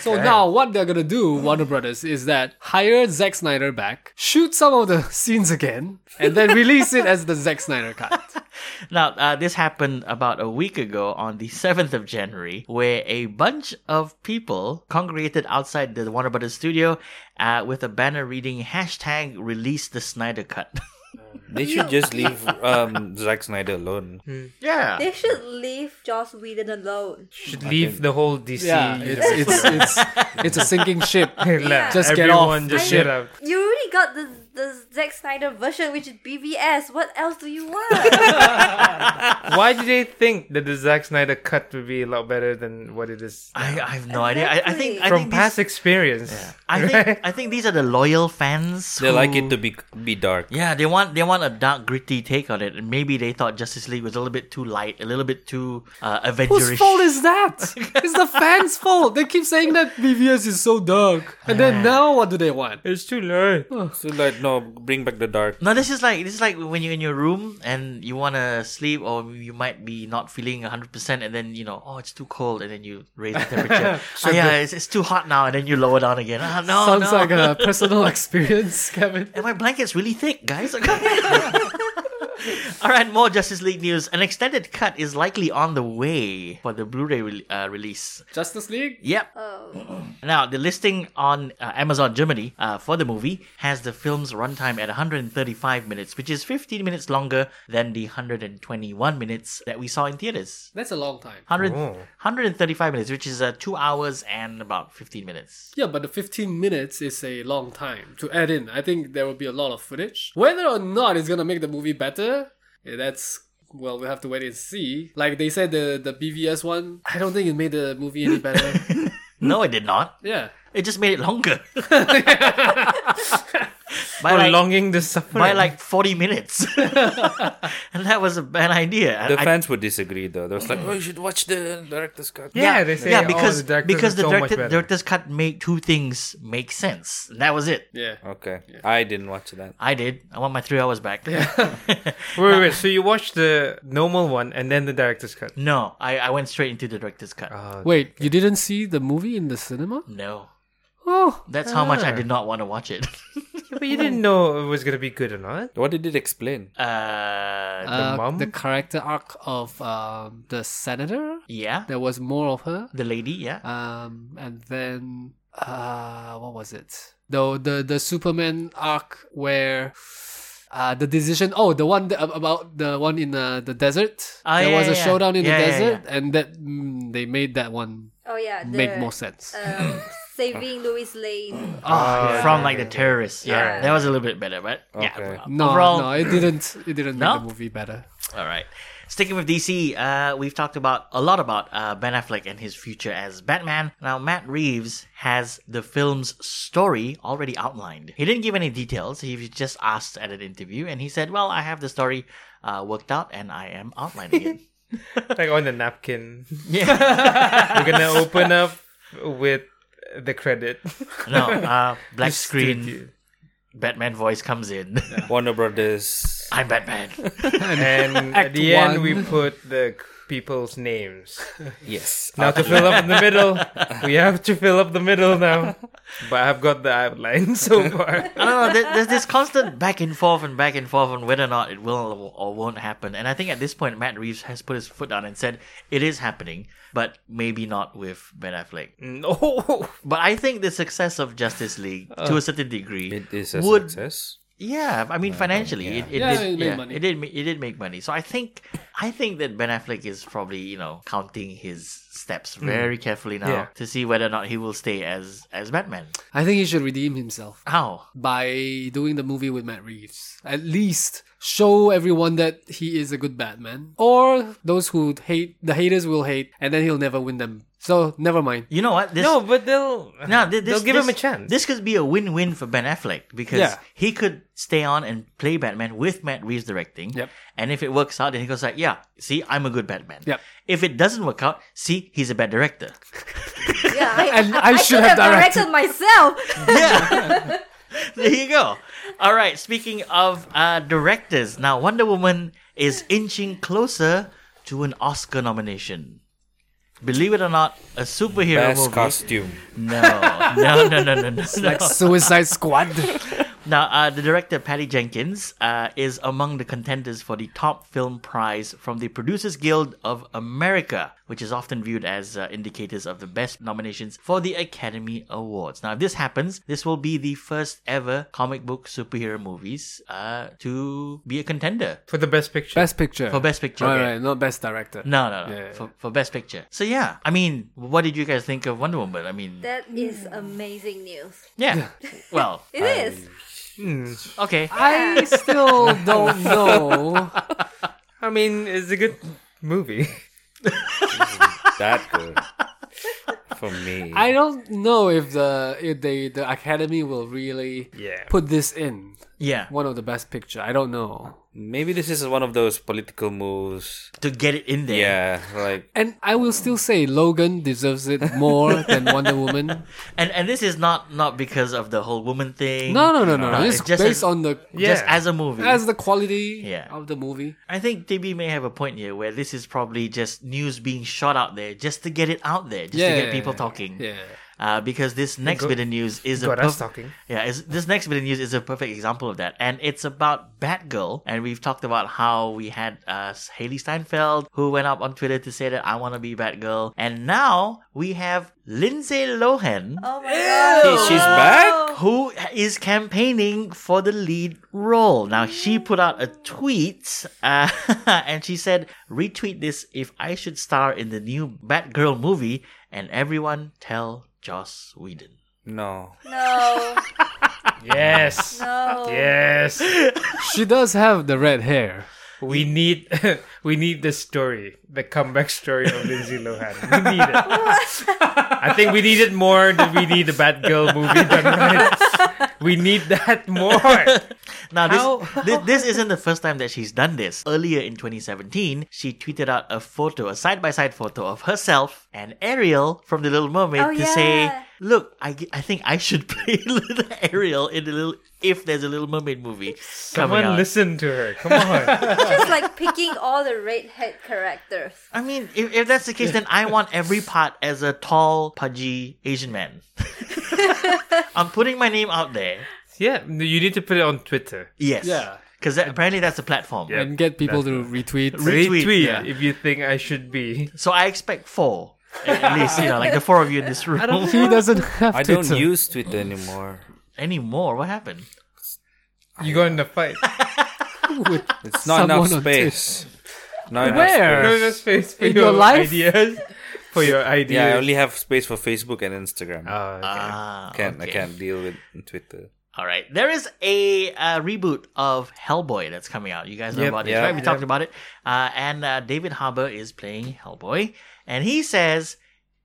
Speaker 2: So now what they're gonna do, Warner Brothers, is that hire Zack Snyder back, shoot some of the scenes again, and then release it as the Zack Snyder cut.
Speaker 1: Now, uh, this happened about a week ago on the 7th of January, where a bunch of people congregated outside the Warner Brothers studio uh, with a banner reading hashtag release the Snyder cut.
Speaker 3: they should just leave um, Zack Snyder alone.
Speaker 4: Mm.
Speaker 1: yeah.
Speaker 5: They should leave Joss Whedon alone.
Speaker 4: Should leave the whole DC.
Speaker 2: Yeah, it's it's it's it's a sinking ship.
Speaker 4: Let
Speaker 2: Just get off.
Speaker 4: everyone just
Speaker 5: I
Speaker 4: shut
Speaker 5: mean-
Speaker 4: up.
Speaker 5: You already got the the Zack Snyder version, which is BVS. What else do you want?
Speaker 4: Why do they think that the Zack Snyder cut would be a lot better than what it is?
Speaker 1: I, I have no idea. I, I think I
Speaker 4: From
Speaker 1: think
Speaker 4: past
Speaker 1: these,
Speaker 4: experience,
Speaker 1: I think I think these are the loyal fans.
Speaker 3: They
Speaker 1: who-
Speaker 3: like it to be be dark.
Speaker 1: Yeah, they want they want a dark, gritty take on it, and maybe they thought Justice League was a little bit too light, a little bit too uh,
Speaker 2: Whose
Speaker 1: Avengerish.
Speaker 2: fault is that? It's the fans' fault. They keep saying that BVS is so dark. And then now what do they want?
Speaker 4: it's too late.
Speaker 3: So like, no, bring back the dark.
Speaker 1: No, this is like this is like when you're in your room and you want to sleep, or you might be not feeling 100, percent and then you know, oh, it's too cold, and then you raise the temperature. oh, yeah, it's, it's too hot now, and then you lower down again. Ah, no,
Speaker 2: Sounds
Speaker 1: no.
Speaker 2: like a personal experience, Kevin.
Speaker 1: and my blanket's really thick, guys. All right, more Justice League news. An extended cut is likely on the way for the Blu-ray re- uh, release.
Speaker 2: Justice League?
Speaker 1: Yep.
Speaker 5: Oh,
Speaker 1: Now, the listing on uh, Amazon Germany uh, for the movie has the film's runtime at 135 minutes, which is 15 minutes longer than the 121 minutes that we saw in theaters.
Speaker 2: That's a long time.
Speaker 1: 100,
Speaker 4: Oh.
Speaker 1: 135 minutes, which is uh, two hours and about 15 minutes.
Speaker 2: Yeah, but the 15 minutes is a long time to add in. I think there will be a lot of footage. Whether or not it's gonna make the movie better, eh, that's well, we'll have to wait and see. Like they said, the the BVS one, I don't think it made the movie any better.
Speaker 1: No, it did not.
Speaker 2: yeah,
Speaker 1: It just made it longer. by, like,
Speaker 4: Prolonging the suffering.
Speaker 1: by like 40 minutes. and that was a bad idea. I-
Speaker 3: The
Speaker 1: I-
Speaker 3: fans would disagree though. They was like, "Oh, you should watch the director's cut."
Speaker 4: yeah, they say
Speaker 1: yeah,
Speaker 4: oh,
Speaker 1: because
Speaker 4: the director
Speaker 1: because
Speaker 4: is
Speaker 1: the
Speaker 4: so much
Speaker 1: director,
Speaker 4: better.
Speaker 1: director's cut made two things make sense. And that was it.
Speaker 2: yeah.
Speaker 3: Okay, I didn't watch that.
Speaker 1: I did. I want my three hours back.
Speaker 4: Wait, wait, wait. So you watched the normal one and then the director's cut.
Speaker 1: no, I, I went straight into the director's cut.
Speaker 4: Uh,
Speaker 2: Wait, you didn't see the movie in the cinema?
Speaker 1: no.
Speaker 2: Oh,
Speaker 1: That's how much I
Speaker 4: Ah.
Speaker 1: did not want to watch it.
Speaker 4: but you didn't know it was gonna be good or not.
Speaker 3: What did it explain?
Speaker 1: Uh,
Speaker 2: uh,
Speaker 4: mum?
Speaker 2: the character arc of um, the senator.
Speaker 1: yeah.
Speaker 2: There was more of her.
Speaker 1: The lady, yeah.
Speaker 2: Um, and then uh, what was it? The the the Superman arc where uh the decision. Oh, the one that, ab- about the one in uh, the desert.
Speaker 1: Ah,
Speaker 2: there
Speaker 1: yeah,
Speaker 2: was a
Speaker 1: yeah, yeah.
Speaker 2: showdown in
Speaker 1: Yeah,
Speaker 2: the
Speaker 1: yeah,
Speaker 2: desert, and that mm, they made that one
Speaker 5: oh yeah. The,
Speaker 2: make more sense.
Speaker 5: Um, saving Louis Lane.
Speaker 1: Ah,
Speaker 4: yeah,
Speaker 1: from
Speaker 4: yeah,
Speaker 1: like
Speaker 4: yeah,
Speaker 1: the terrorists. Yeah.
Speaker 5: Yeah.
Speaker 1: That was a little bit better, but
Speaker 3: Okay.
Speaker 1: yeah.
Speaker 2: no,
Speaker 1: overall,
Speaker 2: no, it didn't. It didn't
Speaker 1: No?
Speaker 2: make the movie better.
Speaker 1: All right. Sticking with DC, uh, we've talked about a lot about uh, Ben Affleck and his future as Batman. Now, Matt Reeves has the film's story already outlined. He didn't give any details. He was just asked at an interview, and he said, "Well, I have the story uh, worked out, and I am outlining it."
Speaker 4: Like on the napkin,
Speaker 1: yeah.
Speaker 4: we're gonna open up with the credit.
Speaker 1: No. Uh, black
Speaker 4: Just
Speaker 1: screen.
Speaker 4: studio.
Speaker 1: Batman voice comes in.
Speaker 3: Warner Brothers.
Speaker 1: I'm Batman.
Speaker 4: And at the end, we
Speaker 2: one.
Speaker 4: put the people's names.
Speaker 3: Yes.
Speaker 4: Now to fill up in the middle, we have to fill up the middle now. But I've got the outline so far.
Speaker 1: I don't know. There, there's this constant back and forth and back and forth on whether or not it will or won't happen. And I think at this point, Matt Reeves has put his foot down and said it is happening, but maybe not with Ben Affleck.
Speaker 4: No.
Speaker 1: But I think the success of Justice League, to a certain degree,
Speaker 3: It is a
Speaker 1: Would-
Speaker 3: success.
Speaker 1: yeah, I mean financially, it, it
Speaker 2: Yeah,
Speaker 1: did,
Speaker 2: it made
Speaker 1: yeah,
Speaker 2: money.
Speaker 1: it did, ma- it did make money. So I think, I think that Ben Affleck is probably you know counting his steps very carefully now
Speaker 4: Yeah.
Speaker 1: to see whether or not he will stay as as Batman.
Speaker 2: I think he should redeem himself.
Speaker 1: How?
Speaker 2: by doing the movie with Matt Reeves. At least show everyone that he is a good Batman. Or those who hate, the haters will hate, and then he'll never win them. So never mind.
Speaker 1: You know what? This,
Speaker 4: No, but they'll
Speaker 1: No, thi- this,
Speaker 4: they'll give
Speaker 1: this-
Speaker 4: him a chance.
Speaker 1: This could be a win-win for Ben Affleck because
Speaker 2: Yeah.
Speaker 1: he could stay on and play Batman with Matt Reeves directing.
Speaker 2: Yep.
Speaker 1: And if it works out, then he goes like, "Yeah, see, I'm a good Batman."
Speaker 2: Yep.
Speaker 1: If it doesn't work out, see, he's a bad director.
Speaker 5: Yeah, I,
Speaker 2: And I
Speaker 5: I
Speaker 2: should have directed.
Speaker 5: myself.
Speaker 1: yeah. there you go. All right. Speaking of uh, directors, now Wonder Woman is inching closer to an Oscar nomination. Believe it or not, a superhero
Speaker 3: Best
Speaker 1: movie.
Speaker 3: costume.
Speaker 1: No, no, no, no, no, no. no.
Speaker 2: Like Suicide Squad.
Speaker 1: Now, uh, the director Patty Jenkins uh, is among the contenders for the top film prize from the Producers Guild of America, which is often viewed as uh, indicators of the best nominations for the Academy Awards. Now, if this happens, this will be the first ever comic book superhero movies uh, to be a contender
Speaker 4: for the best picture.
Speaker 2: Best Picture.
Speaker 1: for Best Picture.
Speaker 2: All right, not Best Director.
Speaker 1: No, no, no.
Speaker 2: Yeah.
Speaker 1: For, for Best Picture. So, yeah, I mean, what did you guys think of Wonder Woman? I mean,
Speaker 5: That is amazing news.
Speaker 1: yeah. well,
Speaker 5: It is.
Speaker 1: okay.
Speaker 2: I still don't know.
Speaker 4: I mean, it's a good movie.
Speaker 3: That good. For me.
Speaker 2: I don't know if the if they the Academy will really
Speaker 4: Yeah.
Speaker 2: put this in
Speaker 1: Yeah.
Speaker 2: one of the Best Picture. I don't know.
Speaker 3: Maybe this is one of those political moves.
Speaker 1: To get it in there.
Speaker 3: Yeah, like
Speaker 2: And I will still say Logan deserves it more than Wonder Woman.
Speaker 1: And and this is not not because of the whole woman thing.
Speaker 2: No, no, no, no.
Speaker 1: No,
Speaker 2: it's
Speaker 1: it's just
Speaker 2: based
Speaker 1: as-
Speaker 2: on the
Speaker 1: Just
Speaker 4: Yeah.
Speaker 1: as a movie.
Speaker 2: as the quality
Speaker 1: Yeah.
Speaker 2: of the movie.
Speaker 1: I think TB may have a point here where this is probably just news being shot out there just to get it out there, just to
Speaker 2: Yeah.
Speaker 1: get people talking.
Speaker 2: Yeah.
Speaker 1: uh, because this next
Speaker 4: go-
Speaker 1: bit of news is
Speaker 4: got
Speaker 1: a
Speaker 4: us
Speaker 1: perf-
Speaker 4: talking.
Speaker 1: yeah, is, this next bit of news is a perfect example of that, and it's about Batgirl. And we've talked about how we had uh, Haley Steinfeld who went up on Twitter to say that I want to be Batgirl, and now we have Lindsay Lohan
Speaker 5: Oh my god.
Speaker 3: Hey, she's back?
Speaker 1: who is campaigning for the lead role. Now, she put out a tweet uh, and she said, retweet this if I should star in the new Batgirl movie and everyone tell Joss Whedon.
Speaker 3: No.
Speaker 5: No.
Speaker 4: Yes.
Speaker 5: No.
Speaker 4: Yes.
Speaker 2: She does have the red hair.
Speaker 4: We need we need the story, the comeback story of Lindsay Lohan. We need it. I think we need it more than we need the Batgirl movie done right. We need that more.
Speaker 1: Now, this,
Speaker 4: How-
Speaker 1: thi- this isn't the first time that she's done this. Earlier in 2017, she tweeted out a photo, a side by side photo of herself and Ariel from The Little Mermaid
Speaker 5: Oh,
Speaker 1: to say,
Speaker 5: yeah.
Speaker 1: Look, I, g- I think I should play little Ariel in the little if there's a Little Mermaid movie coming
Speaker 4: Someone
Speaker 1: out.
Speaker 4: listen to her. Come on.
Speaker 5: Just like picking all the redhead characters.
Speaker 1: I mean, if, if that's the case, then I want every part as a tall, pudgy Asian man. I'm putting my name out there.
Speaker 4: yeah, you need to put it on Twitter.
Speaker 1: Yes.
Speaker 2: Yeah.
Speaker 1: Because apparently that's a platform.
Speaker 4: Yeah.
Speaker 2: And get people to retweet.
Speaker 1: Retweet,
Speaker 4: Retweet,
Speaker 1: yeah.
Speaker 4: if you think I should be.
Speaker 1: So I expect four, at at least, you know, like the four of you in this room.
Speaker 2: he doesn't have
Speaker 3: I
Speaker 2: Twitter.
Speaker 3: don't use Twitter anymore.
Speaker 1: Anymore? What happened?
Speaker 4: You got in the fight.
Speaker 2: With
Speaker 3: It's not
Speaker 2: someone
Speaker 3: enough
Speaker 2: on Twitter.
Speaker 3: space. Not enough
Speaker 2: Where?
Speaker 4: No,
Speaker 3: space.
Speaker 4: no space for
Speaker 2: In
Speaker 4: your,
Speaker 2: your life?
Speaker 4: ideas. For your ideas.
Speaker 3: Yeah, I only have space for Facebook and Instagram.
Speaker 4: Ah, okay.
Speaker 1: Ah,
Speaker 3: can't I
Speaker 1: okay.
Speaker 3: can't deal with Twitter.
Speaker 1: All right. There is a uh, reboot of Hellboy that's coming out. You guys know
Speaker 4: Yep,
Speaker 1: about this,
Speaker 3: yeah,
Speaker 1: right? We
Speaker 4: yeah.
Speaker 1: talked about it. Uh, and uh, David Harbour is playing Hellboy. And he says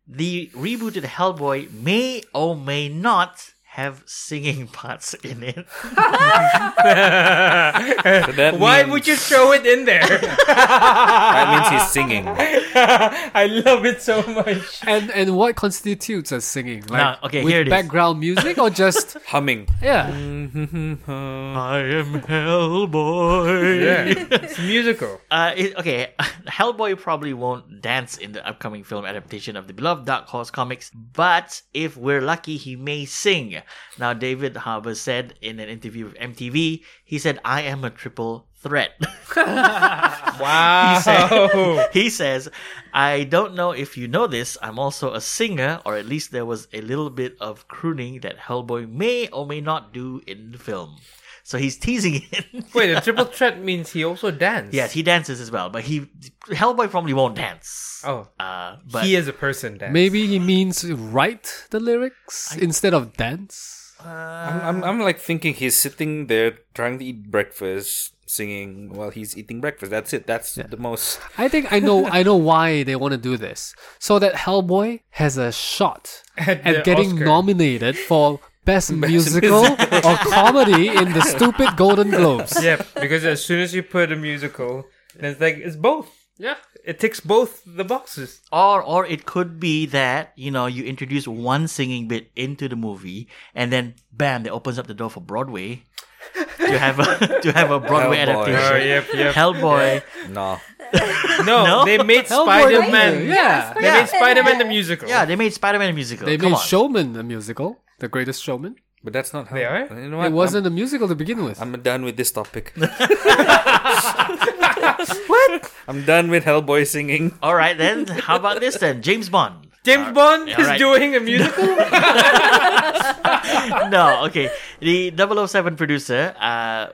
Speaker 1: the rebooted Hellboy may or may not have singing parts in it.
Speaker 3: So that
Speaker 4: Why
Speaker 3: means,
Speaker 4: would you throw it in there?
Speaker 3: That means he's singing.
Speaker 4: I love it so much.
Speaker 2: and and what constitutes as singing? Like
Speaker 1: Nah, okay,
Speaker 2: with
Speaker 1: here it is.
Speaker 2: background music or just
Speaker 3: Humming.
Speaker 2: yeah?
Speaker 1: I am Hellboy.
Speaker 4: Yeah, it's musical.
Speaker 1: Uh, it, okay, Hellboy probably won't dance in the upcoming film adaptation of the beloved Dark Horse comics, but if we're lucky, he may sing. Now, David Harbour said in an interview with MTV, he said, I am a triple threat. Ah.
Speaker 4: Wow.
Speaker 1: he says, I don't know if you know this, I'm also a singer, or at least there was a little bit of crooning that Hellboy may or may not do in the film. So he's teasing it.
Speaker 4: Wait, the triple threat means he also danced.
Speaker 1: yes, he dances as well, but he Hellboy probably won't dance.
Speaker 4: Oh,
Speaker 1: Uh, but
Speaker 4: he is a person dance.
Speaker 2: Maybe he means write the lyrics instead of dance.
Speaker 3: I'm, I'm I'm like thinking he's sitting there trying to eat breakfast, singing while he's eating breakfast. That's it. That's the most.
Speaker 2: I think I know I know why they want to do this so that Hellboy has a shot
Speaker 4: At
Speaker 2: at
Speaker 4: the
Speaker 2: getting
Speaker 4: Oscar.
Speaker 2: nominated for best, musical or comedy in the stupid Golden Globes.
Speaker 4: Yeah, because as soon as you put a musical, then it's like it's both.
Speaker 2: Yeah.
Speaker 4: It ticks both the boxes.
Speaker 1: or or it could be that you know you introduce one singing bit into the movie and then bam that opens up the door for broadway to have a to have a broadway
Speaker 3: Hellboy.
Speaker 1: adaptation
Speaker 4: Oh, yep, yep.
Speaker 1: hellboy
Speaker 3: No.
Speaker 4: No,
Speaker 1: No?
Speaker 4: they made
Speaker 2: Hellboy
Speaker 4: Spider Man.
Speaker 2: either, yeah.
Speaker 4: They
Speaker 1: Yeah.
Speaker 4: made Spider Man the musical.
Speaker 1: yeah they made spider-man a musical
Speaker 2: They
Speaker 1: come
Speaker 2: made
Speaker 1: on
Speaker 2: Showman a musical, The Greatest Showman.
Speaker 3: But that's not how.
Speaker 4: They are?
Speaker 3: You know what?
Speaker 2: It wasn't a musical to begin with.
Speaker 3: I'm, I'm done with this topic. what? I'm done with Hellboy singing.
Speaker 1: all right then how about this then james bond
Speaker 4: James Bond
Speaker 1: Yeah,
Speaker 4: is
Speaker 1: alright.
Speaker 4: doing a musical.
Speaker 1: no, okay. The 007 producer uh,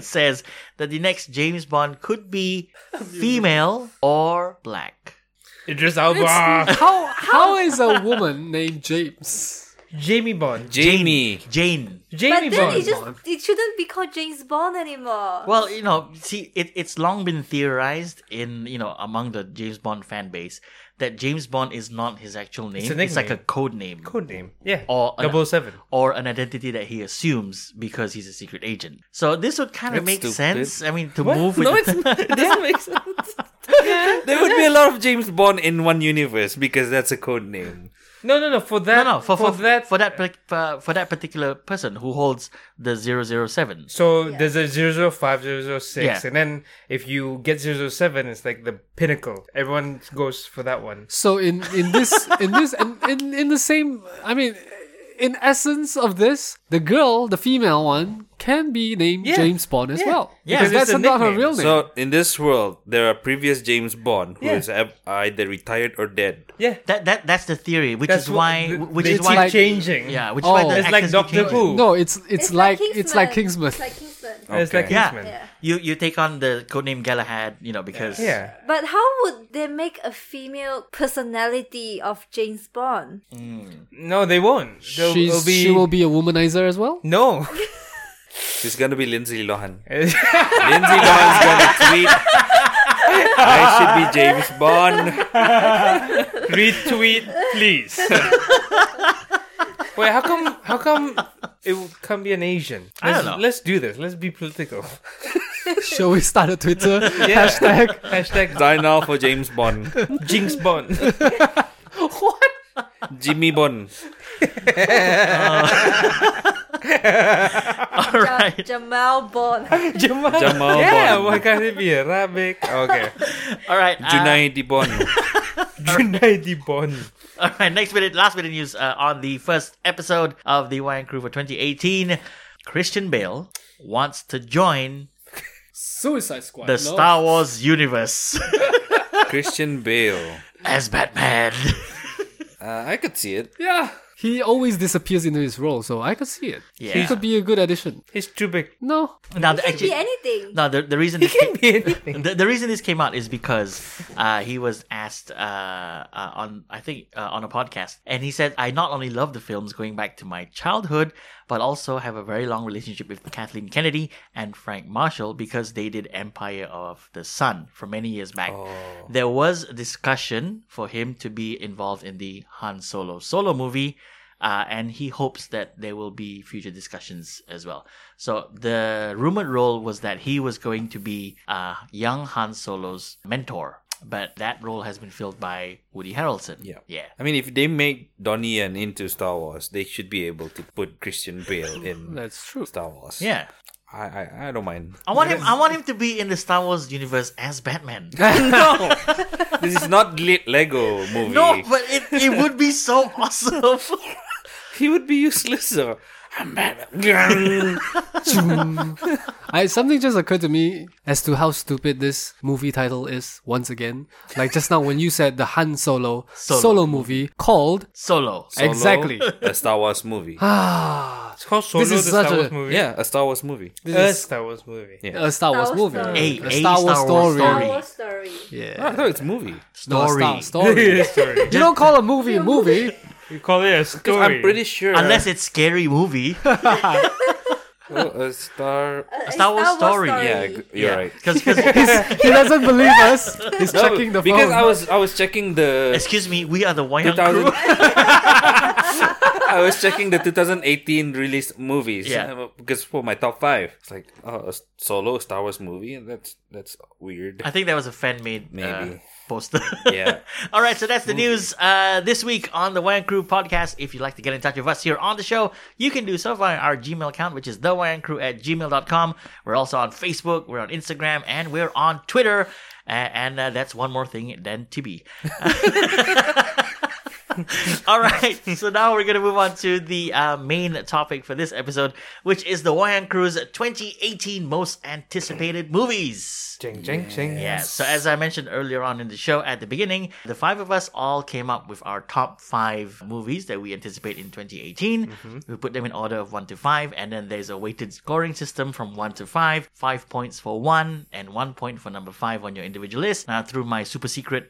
Speaker 1: says that the next James Bond could be female or black.
Speaker 4: Idris Alba,
Speaker 2: how how is a woman named James?
Speaker 4: Jamie Bond,
Speaker 3: Jamie.
Speaker 1: Jane.
Speaker 4: Jamie
Speaker 5: but then
Speaker 4: Bond.
Speaker 5: it just it shouldn't be called James Bond anymore.
Speaker 1: Well, you know, see, it, it's long been theorized in you know among the James Bond fan base that James Bond is not his actual name.
Speaker 4: a
Speaker 1: It's, like a
Speaker 4: nickname.
Speaker 1: code name
Speaker 4: Code name, yeah.
Speaker 1: Or an-
Speaker 4: Double Seven.
Speaker 1: or an identity that he assumes because he's a secret agent. So this would kind of
Speaker 3: That's
Speaker 1: make
Speaker 3: stupid.
Speaker 1: sense. I mean, to
Speaker 3: What?
Speaker 1: move with
Speaker 3: No, it's not. It doesn't make sense. there would be a lot of James Bond in one universe because that's a code name.
Speaker 4: No, no, no. For
Speaker 1: No,
Speaker 4: that,
Speaker 1: no, for, for,
Speaker 4: that,
Speaker 1: for that par- for, for that particular person who holds the 007.
Speaker 4: So
Speaker 5: Yeah.
Speaker 4: there's a 005, 006,
Speaker 1: Yeah.
Speaker 4: and then if you get 007, it's like the pinnacle. Everyone goes for that one.
Speaker 2: So in in this in this and in, in the same I mean in essence of this, the girl, the female one, can be named
Speaker 4: Yeah.
Speaker 2: James Bond as well.
Speaker 4: Yeah,
Speaker 2: because
Speaker 4: it's
Speaker 2: that's
Speaker 4: a
Speaker 2: not her
Speaker 4: nickname.
Speaker 2: real name.
Speaker 3: So in this world, there are previous James Bond who
Speaker 4: Yeah.
Speaker 3: is ab- either retired or dead.
Speaker 4: Yeah,
Speaker 1: That that that's the theory, which
Speaker 4: that's
Speaker 1: is why
Speaker 4: what-
Speaker 1: which
Speaker 4: they
Speaker 1: is
Speaker 4: keep
Speaker 1: why
Speaker 4: changing.
Speaker 1: yeah, which
Speaker 2: Oh.
Speaker 1: is why the
Speaker 4: it's like
Speaker 1: actors keep
Speaker 4: Doctor
Speaker 1: changing.
Speaker 4: Who.
Speaker 2: no, it's it's, like,
Speaker 5: Kingsman.
Speaker 2: it's like Kingsman.
Speaker 5: It's like Kingsman.
Speaker 4: it's like
Speaker 3: Okay.
Speaker 1: Yeah.
Speaker 4: Kingsman.
Speaker 5: Yeah.
Speaker 1: You you take on the codename Galahad, you know, because
Speaker 4: Yeah.
Speaker 5: But how would they make a female personality of James Bond?
Speaker 4: No, they won't. They'll,
Speaker 2: She's,
Speaker 4: it'll be,
Speaker 2: She will be a womanizer as well.
Speaker 4: No.
Speaker 3: She's gonna be Lindsay Lohan.
Speaker 4: yeah,
Speaker 3: Lindsay Lohan's gonna tweet. I should be James Bond.
Speaker 4: retweet, please. Wait, how come? How come it will- can be an Asian? Let's,
Speaker 1: I don't know.
Speaker 4: Let's do this. Let's be political.
Speaker 2: Shall we start a Twitter
Speaker 4: Yeah.
Speaker 2: hashtag?
Speaker 4: Hashtag
Speaker 3: Sign off for James Bond.
Speaker 4: Jinx Bond.
Speaker 3: Jimmy Bond.
Speaker 1: all right.
Speaker 5: Jamal Bond.
Speaker 4: Jamal.
Speaker 3: Jamal
Speaker 4: yeah,
Speaker 3: Bond.
Speaker 4: why can't it be Arabic? Okay.
Speaker 1: All right. uh,
Speaker 3: Junaidi Bond.
Speaker 4: Junaidi Bond.
Speaker 1: All right, next minute, last minute news uh, on the first episode of the Wine Crew for 2018. Christian Bale wants to join
Speaker 2: Suicide Squad.
Speaker 1: the Star Wars universe
Speaker 3: Christian Bale.
Speaker 1: as Batman.
Speaker 3: Uh, I could see it.
Speaker 2: Yeah. He always disappears into his role, so I could see it. He
Speaker 1: Yeah.
Speaker 2: could be a good addition.
Speaker 4: He's too big.
Speaker 2: No.
Speaker 1: now, the,
Speaker 5: Could
Speaker 1: actually,
Speaker 5: be anything.
Speaker 1: now the, the reason this
Speaker 4: Can
Speaker 1: came,
Speaker 4: be anything.
Speaker 1: the, the reason this came out is because uh, he was asked uh, uh, on I think uh, on a podcast, and he said, "I not only love the films going back to my childhood, but also have a very long relationship with Kathleen Kennedy and Frank Marshall because they did Empire of the Sun for many years back.
Speaker 4: Oh.
Speaker 1: There was discussion for him to be involved in the Han Solo solo movie." Uh, and he hopes that there will be future discussions as well. So the rumored role was that he was going to be uh, young Han Solo's mentor, but that role has been filled by Woody Harrelson.
Speaker 3: Yeah.
Speaker 1: yeah.
Speaker 3: I mean, if they make Donnie Yen into Star Wars, they should be able to put Christian Bale in
Speaker 2: That's true.
Speaker 3: Star Wars.
Speaker 1: Yeah,
Speaker 3: I, I, I don't mind.
Speaker 1: I want him. I want him to be in the Star Wars universe as Batman.
Speaker 3: no, this is not le- Lego movie.
Speaker 1: no, but it, it would be so awesome.
Speaker 3: he would be useless. though. I'm Batman.
Speaker 2: I something just occurred to me as to how stupid this movie title is once again. Like just now when you said the Han Solo
Speaker 1: Solo.
Speaker 2: solo, movie called
Speaker 1: Solo.
Speaker 3: Solo,
Speaker 2: Exactly.
Speaker 3: a Star Wars movie.
Speaker 2: ah
Speaker 4: It's called Solo,
Speaker 2: This is
Speaker 4: the
Speaker 2: such
Speaker 4: Star Wars
Speaker 2: a-
Speaker 4: movie.
Speaker 3: yeah, a Star Wars movie.
Speaker 4: a Star Wars movie.
Speaker 3: Yeah.
Speaker 2: a Star Wars
Speaker 5: Star
Speaker 2: movie,
Speaker 1: A-
Speaker 5: Story.
Speaker 2: a
Speaker 1: a
Speaker 2: Star Wars
Speaker 1: Star Wars
Speaker 2: story.
Speaker 5: Star
Speaker 1: story.
Speaker 5: Wars story.
Speaker 3: Ah, No, I
Speaker 2: Yeah,
Speaker 3: thought it's movie.
Speaker 2: No, a
Speaker 1: Story.
Speaker 2: star- story.
Speaker 4: Story.
Speaker 2: you don't call a movie a movie.
Speaker 4: You call it a story.
Speaker 3: I'm pretty sure.
Speaker 1: Unless it's scary movie,
Speaker 3: Oh, a Star.
Speaker 5: A
Speaker 1: Star Wars story.
Speaker 3: Yeah, g- you're right.
Speaker 1: because
Speaker 2: He doesn't believe us. He's
Speaker 3: No,
Speaker 2: checking the phone.
Speaker 3: because I was I was checking the
Speaker 1: excuse me, we are the Wayang crew.
Speaker 3: 2000 I was checking the 2018 released movies.
Speaker 1: Yeah.
Speaker 3: uh, Because for my top five, it's like oh, a s- solo Star Wars movie. and That's that's weird.
Speaker 1: I think that was a fan made uh,
Speaker 3: Maybe.
Speaker 1: poster.
Speaker 3: Yeah.
Speaker 1: All right, so that's the news uh, this week on the Wayang Crew podcast. If you'd like to get in touch with us here on the show, you can do so via our Gmail account, which is thewayangcrew at gmail.com. We're also on Facebook, we're on Instagram, and we're on Twitter. Uh, and uh, that's one more thing than to be. All right, so now we're going to move on to the uh, main topic for this episode, which is the Wayang Crew's 2018 most anticipated movies.
Speaker 4: Ching, ching, ching.
Speaker 1: Yeah, so as I mentioned earlier on in the show at the beginning, the five of us all came up with our top five movies that we anticipate in 2018. We put them in order of one to five, and then there's a weighted scoring system from one to five, five points for one, and one point for number five on your individual list. Now, through my super secret,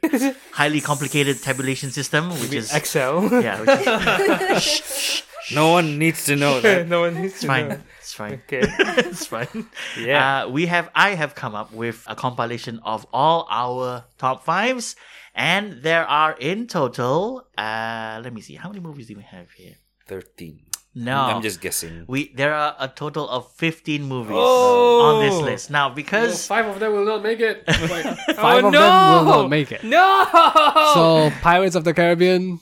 Speaker 1: highly complicated tabulation system, which is.
Speaker 4: Excel.
Speaker 1: Yeah, which is
Speaker 3: No one needs to know that.
Speaker 4: no one needs to know.
Speaker 1: fine. It's fine.
Speaker 4: Okay.
Speaker 1: it's fine.
Speaker 4: Yeah.
Speaker 1: Uh, we have I have come up with a compilation of all our top fives, and there are in total. Uh, let me see. How many movies do we have here?
Speaker 3: 13.
Speaker 1: No,
Speaker 3: I'm just guessing.
Speaker 1: We there are a total of fifteen movies
Speaker 4: Oh.
Speaker 1: on this list now because
Speaker 2: Oh, five of them will not make it. Five
Speaker 4: Oh,
Speaker 2: of them will
Speaker 4: no!
Speaker 2: not make it.
Speaker 4: No!
Speaker 2: So Pirates of the Caribbean,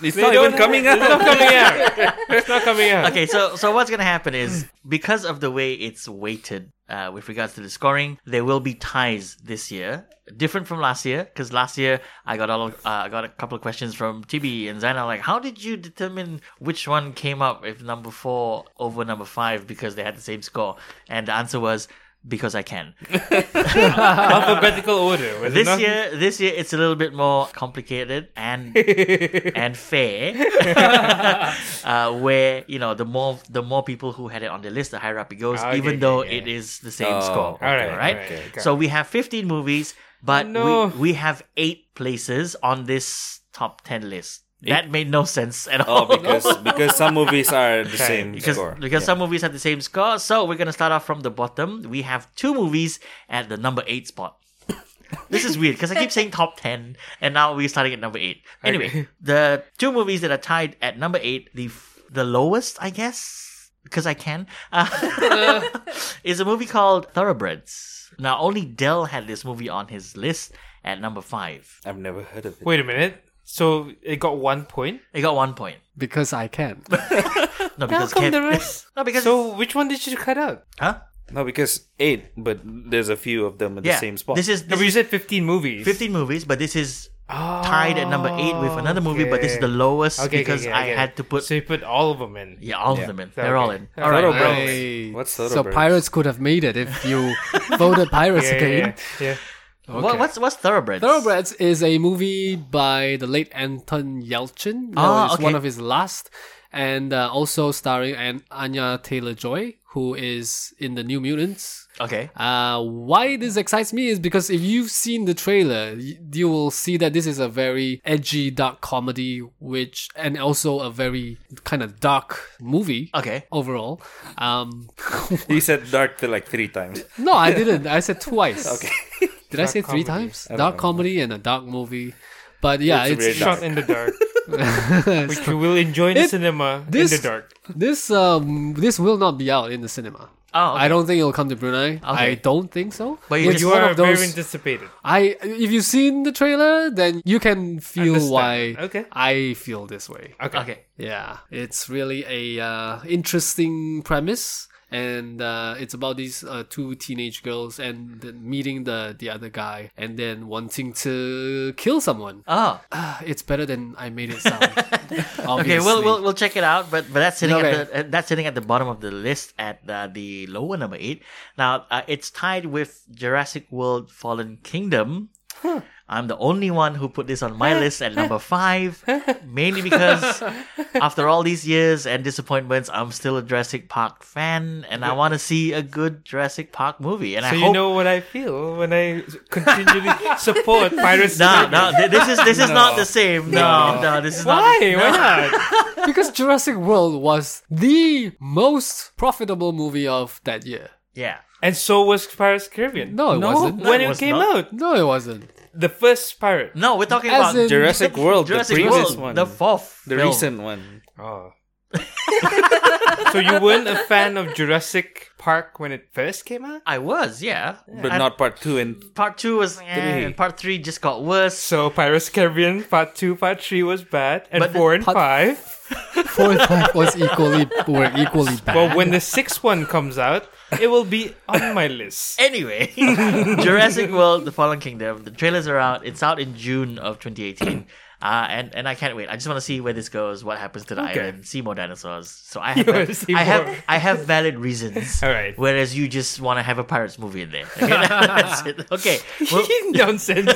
Speaker 3: It's
Speaker 4: They
Speaker 3: not even
Speaker 4: don't-
Speaker 3: coming out.
Speaker 4: It's not coming out. It's not coming out.
Speaker 1: okay, so so what's gonna happen is because of the way it's weighted uh, with regards to the scoring, there will be ties this year, different from last year. Because last year I got all of, uh, I got a couple of questions from TB and Zana, like how did you determine which one came up if number four over number five because they had the same score, and the answer was because I can.
Speaker 4: Alphabetical order. Was
Speaker 1: This
Speaker 4: it not?
Speaker 1: year, this year it's a little bit more complicated and and fair, uh, where you know the more the more people who had it on their list, the higher up it goes.
Speaker 4: Oh, Okay,
Speaker 1: even
Speaker 4: okay,
Speaker 1: though
Speaker 4: okay.
Speaker 1: it is the same
Speaker 3: Oh,
Speaker 1: score,
Speaker 3: okay,
Speaker 1: all right,
Speaker 4: all
Speaker 1: right?
Speaker 4: right, okay. Oh,
Speaker 1: So we have fifteen movies, but
Speaker 4: No.
Speaker 1: we we have eight places on this top ten list. That made no sense at all.
Speaker 3: Oh, because because some movies are the same
Speaker 1: Because,
Speaker 3: score.
Speaker 1: because some movies have the same score, so we're gonna start off from the bottom. We have two movies at the number eight spot. this is weird because I keep saying top ten, and now we're starting at number eight. Anyway,
Speaker 4: Okay.
Speaker 1: the two movies that are tied at number eight, the f- the lowest, I guess, because I can, uh, is a movie called Thoroughbreds. Now, only Dell had this movie on his list at number five.
Speaker 3: I've never heard of it.
Speaker 4: Wait a minute. So it got one point.
Speaker 1: It got one point.
Speaker 2: Because I can.
Speaker 1: No,
Speaker 4: How
Speaker 1: because
Speaker 4: come
Speaker 1: Kev-
Speaker 4: the rest?
Speaker 1: no, because
Speaker 4: So which one did you cut out?
Speaker 1: huh?
Speaker 3: No, because eight, but there's a few of them in
Speaker 1: Yeah,
Speaker 3: the same spot.
Speaker 1: This is
Speaker 4: No,
Speaker 1: this
Speaker 4: but
Speaker 1: is
Speaker 4: you said fifteen movies. Oh,
Speaker 1: 15 movies, but this is tied at number eight with another movie, but this is the
Speaker 4: okay.
Speaker 1: lowest
Speaker 4: Okay, okay,
Speaker 1: because
Speaker 4: okay,
Speaker 1: I
Speaker 4: okay.
Speaker 1: had to put
Speaker 4: So you put all of them in.
Speaker 1: yeah all of
Speaker 3: Yeah.
Speaker 1: them in. They're all in.
Speaker 4: Okay.
Speaker 1: All right.
Speaker 3: Thoroughbred.
Speaker 2: Right.
Speaker 3: What's
Speaker 2: so
Speaker 3: Thoroughbreds?
Speaker 2: pirates could have made it if you voted pirates
Speaker 4: Yeah, yeah,
Speaker 2: again.
Speaker 4: yeah, yeah.
Speaker 2: Okay.
Speaker 1: What, what's what's thoroughbreds?
Speaker 2: Thoroughbreds is a movie by the late Anton Yelchin. No,
Speaker 1: Ah,
Speaker 2: it's
Speaker 1: okay.
Speaker 2: one of his last, and uh, also starring an Anya Taylor Joy, who is in the New Mutants.
Speaker 1: Okay.
Speaker 2: Uh, why this excites me is because if you've seen the trailer, y- you will see that this is a very edgy, dark comedy, which and also a very kind of dark movie.
Speaker 1: Okay.
Speaker 2: Overall, um,
Speaker 3: he said dark th- like three times.
Speaker 2: no, I didn't. I said twice. okay. Did I say three
Speaker 4: comedy.
Speaker 2: times?
Speaker 3: don't
Speaker 2: Dark
Speaker 3: know.
Speaker 2: comedy and a dark movie. But yeah,
Speaker 3: It's
Speaker 2: it's,
Speaker 3: really
Speaker 4: Shot
Speaker 3: Dark.
Speaker 4: in the dark, which you will enjoy in the
Speaker 2: It-
Speaker 4: cinema
Speaker 2: this-
Speaker 4: in the dark.
Speaker 2: this um this will not be out in the cinema.
Speaker 1: Oh, okay.
Speaker 2: I don't think it'll come to Brunei. I don't think so.
Speaker 1: But you just-
Speaker 2: It's
Speaker 4: You
Speaker 2: one
Speaker 4: are
Speaker 2: of those.
Speaker 4: very anticipated.
Speaker 2: I if you've seen the trailer, then you can feel
Speaker 4: Understand.
Speaker 2: why
Speaker 4: Okay.
Speaker 2: I feel this way.
Speaker 4: Okay.
Speaker 1: Okay.
Speaker 2: Yeah, it's really a uh, interesting premise, and uh, it's about these uh, two teenage girls and th- meeting the the other guy, and then wanting to kill someone.
Speaker 1: Oh.
Speaker 2: Ah, it's better than I made it sound.
Speaker 1: Okay.
Speaker 2: obviously.
Speaker 1: We'll, we'll we'll check it out, but but that's sitting
Speaker 2: Okay.
Speaker 1: at the uh, that's sitting at the bottom of the list at uh, the lower number eight. Now uh, it's tied with Jurassic World: Fallen Kingdom. I'm the only one who put this on my list at number five, mainly because after all these years and disappointments, I'm still a Jurassic Park fan, and I want to see a good Jurassic Park movie. And I
Speaker 4: So you
Speaker 1: hope
Speaker 4: know what I feel when I continually support Pirates.
Speaker 1: no,
Speaker 4: of the
Speaker 1: no, th- this is this is not the same. No, no, this is
Speaker 4: Why?
Speaker 1: not. the-
Speaker 4: Why not?
Speaker 2: because Jurassic World was the most profitable movie of that year.
Speaker 1: Yeah.
Speaker 4: And so was Pirates of the Caribbean.
Speaker 2: No, it wasn't.
Speaker 4: When
Speaker 1: It
Speaker 4: it
Speaker 1: was
Speaker 4: came
Speaker 1: not.
Speaker 4: out,
Speaker 2: No, it wasn't.
Speaker 4: the first pirate.
Speaker 1: No, we're talking
Speaker 2: As
Speaker 1: about
Speaker 2: in-
Speaker 3: Jurassic World,
Speaker 1: Jurassic
Speaker 3: the previous
Speaker 1: World,
Speaker 3: one,
Speaker 1: the fourth,
Speaker 3: the
Speaker 1: film.
Speaker 3: recent one.
Speaker 4: Oh. so you weren't a fan of Jurassic Park when it first came out?
Speaker 1: I was, yeah,
Speaker 3: but
Speaker 1: And
Speaker 3: not part two and
Speaker 1: part two was, eh, and part three just got worse.
Speaker 4: So Pirates of the Caribbean Part 2, Part 3 was bad, and
Speaker 1: But the
Speaker 4: 4 and
Speaker 2: part-
Speaker 4: 5.
Speaker 2: Four and five was equally were equally bad.
Speaker 4: But when the sixth one comes out, it will be on my list.
Speaker 1: Anyway, Jurassic World: The Fallen Kingdom. The trailers are out. It's out in June of 2018. Uh, and and I can't wait. I just want to see where this goes. What happens to the island? See more dinosaurs. So I have,
Speaker 4: You wanna see
Speaker 1: I
Speaker 4: more.
Speaker 1: have I have valid reasons.
Speaker 4: All right.
Speaker 1: Whereas you just want to have a pirates movie in there. Okay, that's it. Okay. Well,
Speaker 4: Nonsense.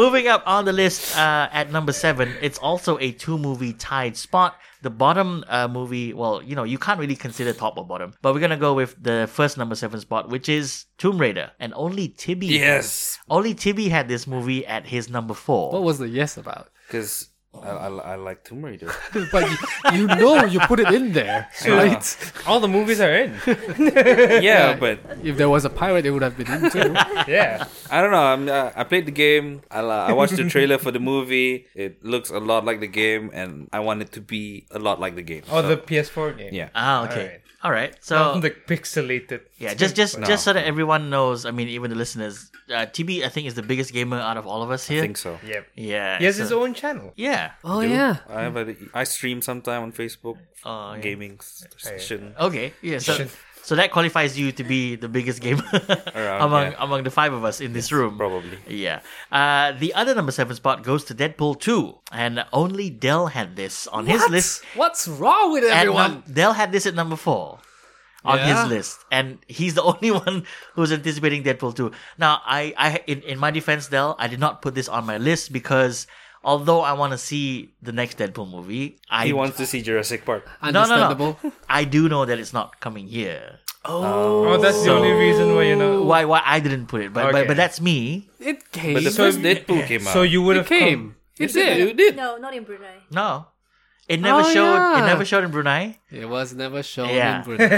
Speaker 1: Moving up on the list uh, at number seven, it's also a two movie tied spot. The bottom uh, movie, well, you know, you can't really consider top or bottom, but we're gonna go with the first number seven spot, which is Tomb Raider, and only Tibby.
Speaker 3: yes,
Speaker 1: only Tibby had this movie at his number four.
Speaker 2: what was the yes about?
Speaker 3: because I, I, I like Tomb Raider.
Speaker 2: But you, you know you put it in there, right?
Speaker 4: All the movies are in.
Speaker 3: yeah, but
Speaker 2: If there was a pirate, it would have been in too.
Speaker 4: Yeah.
Speaker 3: I don't know. I'm, uh, I played the game. I, li- I watched the trailer for the movie. It looks a lot like the game, and I want it to be a lot like the game.
Speaker 4: Or
Speaker 3: So,
Speaker 4: the PS4 game.
Speaker 3: Oh, yeah.
Speaker 1: Ah, okay.
Speaker 4: Alright.
Speaker 1: All right. So
Speaker 4: Not the pixelated.
Speaker 1: yeah, just just
Speaker 3: No.
Speaker 1: just so that everyone knows. I mean, even the listeners. Uh, TB, I think, is the biggest gamer out of all of us
Speaker 3: I
Speaker 1: here.
Speaker 3: think so.
Speaker 4: Yep.
Speaker 1: Yeah.
Speaker 4: He has
Speaker 1: so-
Speaker 4: his own channel.
Speaker 1: Yeah.
Speaker 2: Oh
Speaker 3: Do.
Speaker 2: yeah.
Speaker 3: I have a I stream sometime on Facebook
Speaker 1: Oh, yeah.
Speaker 3: gaming s- session.
Speaker 1: Okay. Yeah. So,
Speaker 4: Shit.
Speaker 1: so that qualifies you to be the biggest gamer
Speaker 3: Around,
Speaker 1: among
Speaker 3: yeah.
Speaker 1: among the five of us in this room.
Speaker 3: Probably.
Speaker 1: Yeah. Uh, the other number seven spot goes to Deadpool 2. And only Dell had this on his
Speaker 2: What?
Speaker 1: list.
Speaker 2: What's wrong with
Speaker 1: And
Speaker 2: everyone?
Speaker 1: num- Dell had this at number four on
Speaker 2: Yeah.
Speaker 1: his list. And he's the only one who's anticipating Deadpool 2. Now, I, I in, in my defense, Dell, I did not put this on my list because although I want to see the next Deadpool movie, I.
Speaker 3: He wants to see Jurassic Park.
Speaker 1: no, no,
Speaker 2: Understandable.
Speaker 1: no. I do know that it's not coming here.
Speaker 4: Oh, that's the only reason why you know.
Speaker 1: Why? Why I didn't put it? But but,
Speaker 4: Okay.
Speaker 1: but that's me.
Speaker 2: It came.
Speaker 3: But the first Deadpool came out.
Speaker 4: So you would
Speaker 2: it
Speaker 4: have
Speaker 2: came.
Speaker 4: come.
Speaker 2: It did.
Speaker 3: Yeah, you did.
Speaker 5: No, not in Brunei.
Speaker 1: No, it never showed. It
Speaker 2: yeah.
Speaker 1: never showed in Brunei.
Speaker 2: It was never shown
Speaker 1: Yeah.
Speaker 2: in Brunei.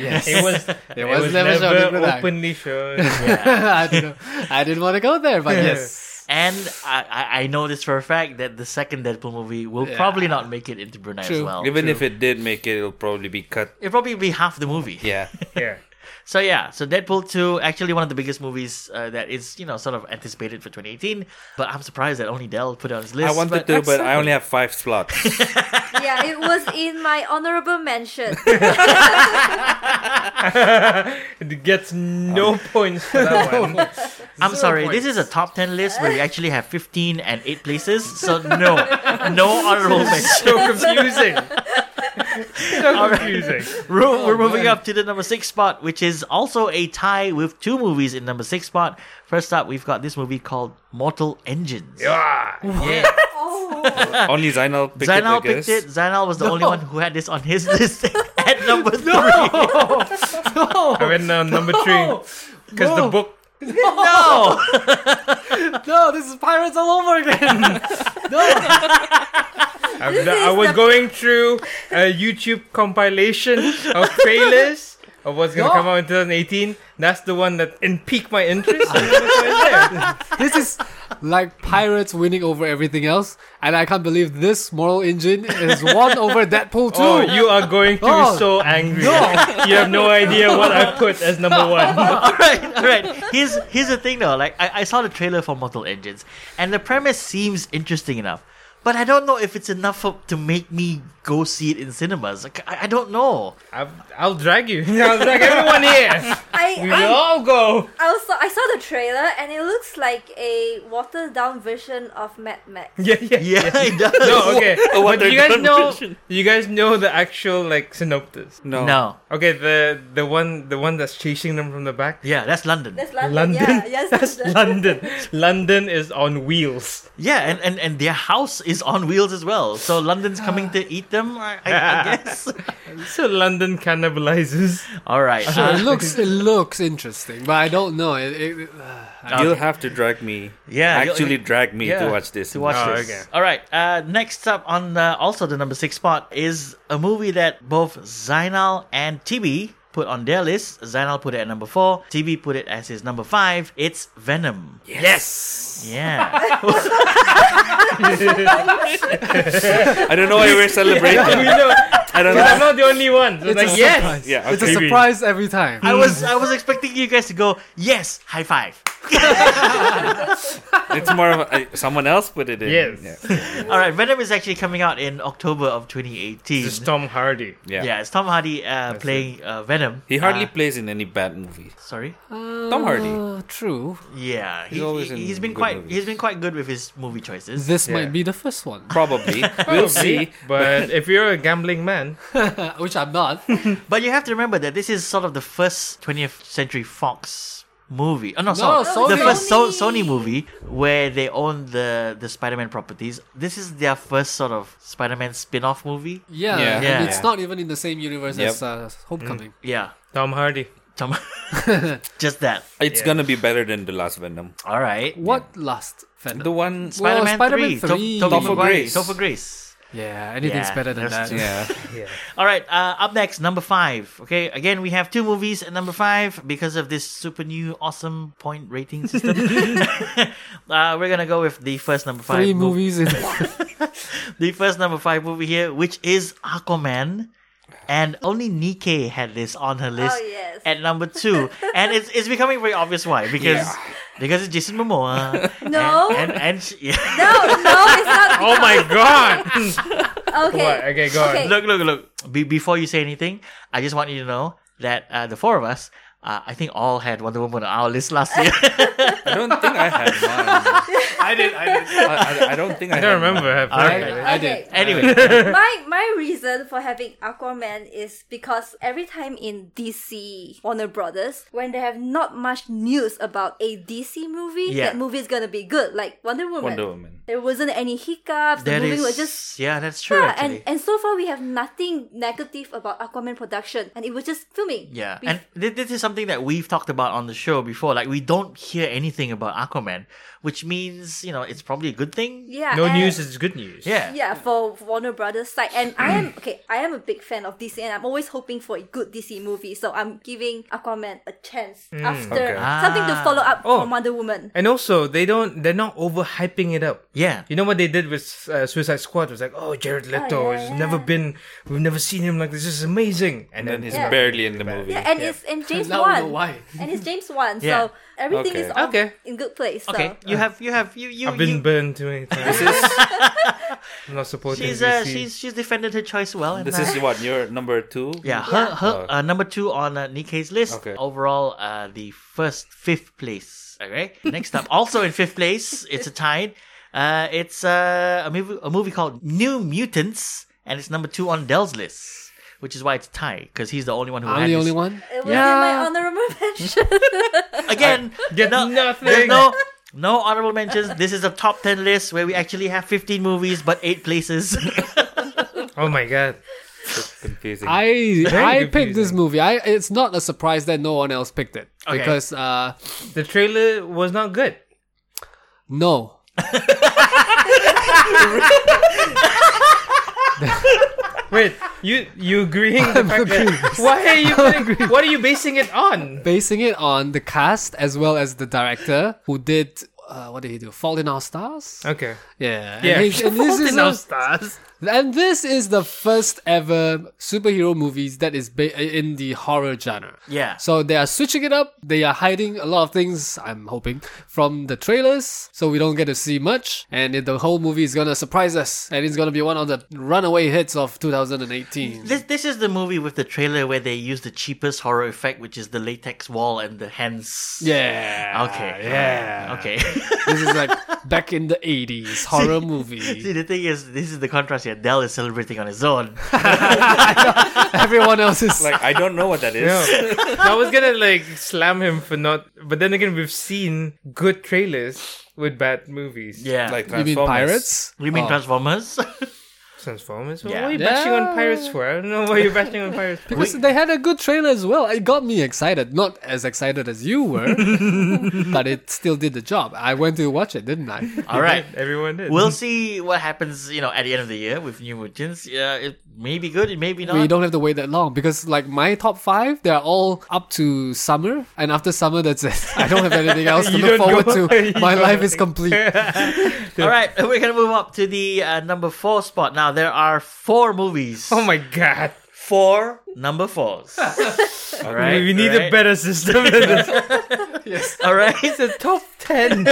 Speaker 2: yes.
Speaker 4: It was. It
Speaker 2: was
Speaker 4: was
Speaker 2: never
Speaker 4: never,
Speaker 2: shown in Brunei.
Speaker 4: openly shown.
Speaker 2: I, don't know. I didn't want to go there, but yes.
Speaker 1: And I, I- I know this for a fact that the second Deadpool movie will
Speaker 2: Yeah.
Speaker 1: probably not make it into Brunei as
Speaker 2: True.
Speaker 1: well.
Speaker 3: Even if it did make it, it'll probably be cut.
Speaker 1: It'll probably be half the movie.
Speaker 3: Yeah.
Speaker 4: yeah.
Speaker 1: So yeah, so Deadpool 2, actually one of the biggest movies uh, that is, you know, sort of anticipated for 2018. But I'm surprised that only Dell put it on his list.
Speaker 3: I
Speaker 1: but-
Speaker 3: wanted to, but I only have five slots.
Speaker 5: Yeah, it was in my honorable mention.
Speaker 4: It gets Um, no points for that one.
Speaker 1: I'm
Speaker 4: Zero
Speaker 1: sorry, this
Speaker 4: points.
Speaker 1: is a top 10 list where you actually have 15 and 8 places. So no, no honorable mention.
Speaker 4: so confusing. so confusing.
Speaker 1: We're, we're moving
Speaker 2: man.
Speaker 1: up to the number six spot, which is also a tie with two movies in number six spot. First up, we've got this movie called Mortal Engines.
Speaker 4: Ah, yeah.
Speaker 5: oh,
Speaker 3: only Zainal picked it. I
Speaker 1: Zainal
Speaker 3: guess.
Speaker 1: picked it. Zainal was the only
Speaker 2: No.
Speaker 1: one who had this on his list at number three.
Speaker 2: No,
Speaker 4: I went on number three because the
Speaker 2: No.
Speaker 4: book.
Speaker 1: No,
Speaker 2: no, this is pirates all over again. no,
Speaker 4: I've done- I was going through a YouTube compilation of trailers of what's gonna
Speaker 2: No.
Speaker 4: come out in 2018. That's the one that in piqued my interest. so that's why it's there.
Speaker 2: this is like pirates winning over everything else, and I can't believe this moral engine is won over Deadpool too.
Speaker 4: Oh, you are going to be
Speaker 2: Oh.
Speaker 4: so angry. You have no idea what I put as number one.
Speaker 1: all right, all right. Here's here's the thing though. Like I, I saw the trailer for Mortal Engines, and the premise seems interesting enough, but I don't know if it's enough for, to make me go see it in cinemas. Like, I, I don't know.
Speaker 4: I've, I'll drag you. I'll drag everyone here.
Speaker 5: I,
Speaker 4: We will
Speaker 5: I,
Speaker 4: all go.
Speaker 5: I saw I saw the trailer and it looks like a watered down version of Mad Max.
Speaker 4: Yeah, yeah,
Speaker 1: Yeah, it does.
Speaker 4: No, okay.
Speaker 3: what
Speaker 4: But do you
Speaker 3: they've
Speaker 4: guys
Speaker 3: done
Speaker 4: know?
Speaker 3: version.
Speaker 4: You guys know the actual like synopsis.
Speaker 3: No.
Speaker 1: No.
Speaker 4: Okay, the the one the one that's chasing them from the back.
Speaker 1: Yeah, that's London.
Speaker 5: That's London.
Speaker 4: London.
Speaker 5: Yeah, yes,
Speaker 4: That's
Speaker 5: London.
Speaker 4: London. London is on wheels.
Speaker 1: Yeah, and, and, and their house is on wheels as well. So London's coming to eat them, I, I, I guess.
Speaker 4: So London cannibalizes.
Speaker 1: All right.
Speaker 2: So
Speaker 1: uh,
Speaker 2: it looks it looks interesting, but I don't know. It, it, it- uh, I-
Speaker 3: You'll have to drag me.
Speaker 1: Yeah, you'll-
Speaker 3: Actually, drag me
Speaker 1: yeah,
Speaker 3: to watch this.
Speaker 1: to watch
Speaker 4: Oh,
Speaker 1: this.
Speaker 4: okay.
Speaker 1: All right. Uh, next up on uh, also the number six spot is a movie that both Zainal and TB put on their list. Zainal put it at number four. TB put it as his number five. It's Venom.
Speaker 3: Yes.
Speaker 1: Yeah.
Speaker 3: I don't know why we're
Speaker 4: we
Speaker 3: celebrating.
Speaker 4: know.
Speaker 3: I don't
Speaker 4: But I'm
Speaker 3: know.
Speaker 4: not the only one. So
Speaker 2: it's
Speaker 4: like,
Speaker 2: a
Speaker 4: yes.
Speaker 2: surprise.
Speaker 3: Yeah,
Speaker 2: it's a
Speaker 3: okay.
Speaker 2: surprise every time.
Speaker 1: I was I was expecting you guys to go yes high five.
Speaker 3: It's more of a, someone else put it in.
Speaker 4: Yes.
Speaker 3: Yeah.
Speaker 1: All right. Venom is actually coming out in October of 2018.
Speaker 4: It's Tom Hardy.
Speaker 3: yeah.
Speaker 1: Yeah, it's Tom Hardy uh, playing uh, Venom.
Speaker 3: He hardly
Speaker 1: Uh,
Speaker 3: plays in any bad movie.
Speaker 1: sorry.
Speaker 3: Tom Hardy.
Speaker 2: Uh, true.
Speaker 1: Yeah, he,
Speaker 3: He's always in
Speaker 1: he, has been
Speaker 3: good
Speaker 1: quite
Speaker 3: movies.
Speaker 1: he's been quite good with his movie choices.
Speaker 2: This
Speaker 4: Yeah.
Speaker 2: might be the first one,
Speaker 3: Probably. we'll see.
Speaker 4: But if you're a gambling man,
Speaker 2: uh, which I'm not.
Speaker 1: But you have to remember that this is sort of the first 20th Century Fox movie. Oh no, sorry,
Speaker 2: No, Sony.
Speaker 1: the first so- Sony
Speaker 5: Sony.
Speaker 1: movie where they own the the Spider-Man properties. This is their first sort of Spider-Man spin-off movie.
Speaker 2: Yeah,
Speaker 3: Yeah.
Speaker 2: and
Speaker 1: Yeah.
Speaker 2: it's not even in the same universe
Speaker 3: Yep.
Speaker 2: as uh, Homecoming.
Speaker 1: Yeah,
Speaker 4: Tom Hardy.
Speaker 1: Tom- just that.
Speaker 3: It's gonna be better than the last Venom.
Speaker 1: All right,
Speaker 2: What last Venom?
Speaker 3: The one.
Speaker 1: Spider-Man, 3,
Speaker 2: Spider-Man three.
Speaker 1: To-
Speaker 3: Topher
Speaker 1: Topher Grace.
Speaker 3: Grace.
Speaker 1: Topher Grace.
Speaker 2: yeah, anything's
Speaker 1: Yeah,
Speaker 2: better than
Speaker 1: that's true.
Speaker 2: that.
Speaker 3: Yeah.
Speaker 4: Yeah.
Speaker 1: All right, uh, up next, number five. Okay, again, we have two movies at number five because of this super new, awesome point rating system. uh, we're gonna go with the first number five.
Speaker 2: Three
Speaker 1: mo-
Speaker 2: movies in
Speaker 1: The first number five movie here, which is Aquaman. and only Nikkei had this on her list
Speaker 5: Oh, yes.
Speaker 1: at number two, and it's it's becoming very obvious why because because it's Jason Momoa.
Speaker 5: No.
Speaker 1: and and, and she, yeah.
Speaker 5: No, no, it's not.
Speaker 4: Oh my god!
Speaker 1: Oh,
Speaker 5: Okay.
Speaker 4: What? Okay, go on.
Speaker 5: Okay.
Speaker 1: look look look. Be, before you say anything, I just want you to know that uh, the four of us. Uh, I think all had Wonder Woman on our list last year.
Speaker 3: I don't think I had mine.
Speaker 2: I did. I did.
Speaker 3: I, I, I don't think
Speaker 4: I
Speaker 3: I, had
Speaker 4: don't remember.
Speaker 3: Mine.
Speaker 4: her
Speaker 2: I,
Speaker 4: first.
Speaker 2: I
Speaker 5: Okay.
Speaker 2: did.
Speaker 1: anyway,
Speaker 5: my my reason for having Aquaman is because every time in DC Warner Brothers, when they have not much news about a DC movie,
Speaker 1: Yeah.
Speaker 5: that movie is gonna be good, like Wonder Woman.
Speaker 3: Wonder Woman.
Speaker 5: There wasn't any hiccups.
Speaker 1: that
Speaker 5: the movie
Speaker 1: is
Speaker 5: was just
Speaker 1: yeah, that's true.
Speaker 5: yeah,
Speaker 1: actually.
Speaker 5: and and so far we have nothing negative about Aquaman production, and it was just filming.
Speaker 1: Yeah,
Speaker 5: We-
Speaker 1: and thi- this is something that we've talked about on the show before. Like, we don't hear anything about Aquaman, which means, you know, it's probably a good thing.
Speaker 5: yeah,
Speaker 4: No
Speaker 5: and-
Speaker 4: news is good news.
Speaker 1: Yeah.
Speaker 5: yeah, for Warner Brothers side, and I am okay. I am a big fan of DC, and I'm always hoping for a good DC movie. So I'm giving Aquaman a chance after
Speaker 3: Okay.
Speaker 5: something to
Speaker 1: Ah.
Speaker 5: follow up
Speaker 4: Oh.
Speaker 5: from Wonder Woman.
Speaker 4: And also, they don't. They're not overhyping it up.
Speaker 1: Yeah.
Speaker 4: You know what they did with uh, Suicide Squad was like, oh, Jared Leto
Speaker 5: yeah,
Speaker 4: has
Speaker 5: yeah.
Speaker 4: never been, we've never seen him like this. This is amazing. And then
Speaker 3: And he's
Speaker 4: his
Speaker 5: Yeah.
Speaker 3: barely in the movie.
Speaker 5: Yeah, and it's and James
Speaker 2: Now I know
Speaker 5: Wan,
Speaker 2: why.
Speaker 5: and it's James Wan.
Speaker 1: Yeah.
Speaker 5: So everything
Speaker 3: Okay.
Speaker 5: is all
Speaker 4: Okay.
Speaker 5: in good place. So. uh,
Speaker 1: Okay, you have, you have, you, you,
Speaker 4: I've been
Speaker 1: you-
Speaker 4: burned too many times. I'm not supporting
Speaker 1: she's, uh,
Speaker 4: DC.
Speaker 1: she's, she's defended her choice well. and,
Speaker 3: This
Speaker 1: uh,
Speaker 3: is what your number two.
Speaker 1: yeah, her, her, uh, number two on uh, Nikkei's list.
Speaker 3: Okay.
Speaker 1: Overall, uh, the first fifth place. Okay. Next up, also in fifth place, it's a tie. Uh, it's uh, a movie, a movie called New Mutants, and it's number two on Dell's list, which is why it's tie because he's the only one who.
Speaker 2: I'm
Speaker 1: had
Speaker 2: the
Speaker 1: this-
Speaker 2: only one.
Speaker 5: It was in my honorable mention.
Speaker 1: again,
Speaker 4: Get
Speaker 1: no,
Speaker 4: nothing.
Speaker 1: there's no, no honorable mentions. This is a top 10 list where we actually have 15 movies but 8 places.
Speaker 4: oh my god.
Speaker 3: Confusing.
Speaker 2: I
Speaker 4: Very
Speaker 2: I picked this
Speaker 4: confusing.
Speaker 2: movie. I it's not a surprise that no one else picked it
Speaker 1: Okay.
Speaker 2: because uh
Speaker 4: The trailer was not good.
Speaker 2: no
Speaker 4: Wait, you you agreeing? the fact that, why are you? Putting, what are you basing it on?
Speaker 2: basing it on the cast as well as the director who did uh, what did he do? Fault in Our Stars.
Speaker 4: Okay.
Speaker 2: Yeah, and
Speaker 4: Uh, Yeah.
Speaker 2: he- and this is a-
Speaker 4: stars.
Speaker 2: And this is the first ever superhero movies that is ba- in the horror genre.
Speaker 1: Yeah.
Speaker 2: So they are switching it up. They are hiding a lot of things. I'm hoping from the trailers, so we don't get to see much. And it, the whole movie is gonna surprise us, and it's gonna be one of the runaway hits of 2018.
Speaker 1: this, this is the movie with the trailer where they use the cheapest horror effect, which is the latex wall and the hands.
Speaker 2: yeah.
Speaker 1: Okay.
Speaker 2: Yeah.
Speaker 1: Okay.
Speaker 2: this is like back in the 80s horror movie.
Speaker 1: See, the thing is, this is the contrast here. Dell is celebrating on his own.
Speaker 2: Everyone else is like,
Speaker 3: like I don't know what that is.
Speaker 4: No. I was gonna like slam him for not, but then again, we've seen good trailers with bad movies.
Speaker 1: Yeah.
Speaker 3: Like
Speaker 2: you mean
Speaker 3: Transformers.
Speaker 2: pirates?
Speaker 1: we mean
Speaker 2: Oh.
Speaker 1: Transformers?
Speaker 4: Transformers.
Speaker 1: Yeah.
Speaker 4: What are you bashing on
Speaker 2: Yeah.
Speaker 4: pirates for? I don't know why you're bashing on pirates. For.
Speaker 2: Because they had a good trailer as well. It got me excited. Not as excited as you were, but it still did the job. I went to watch it, didn't I?
Speaker 1: All right.
Speaker 4: everyone did.
Speaker 1: We'll see what happens, you know, at the end of the year with New Mutants. Yeah, it may be good, it may be not.
Speaker 2: We don't have to wait that long because, like, my top five, they're all up to summer, and after summer, that's it. I don't have anything else to
Speaker 4: You
Speaker 2: look
Speaker 4: don't
Speaker 2: forward
Speaker 4: go-
Speaker 2: to.
Speaker 4: you
Speaker 2: My
Speaker 4: don't
Speaker 2: life is
Speaker 4: think-
Speaker 2: complete.
Speaker 1: All right, we're gonna move up to the uh, number four spot now. There are four movies.
Speaker 4: Oh my god.
Speaker 1: Four number fours. All right,
Speaker 4: we need a
Speaker 1: right.
Speaker 4: better system than this.
Speaker 1: All right,
Speaker 4: the top 10.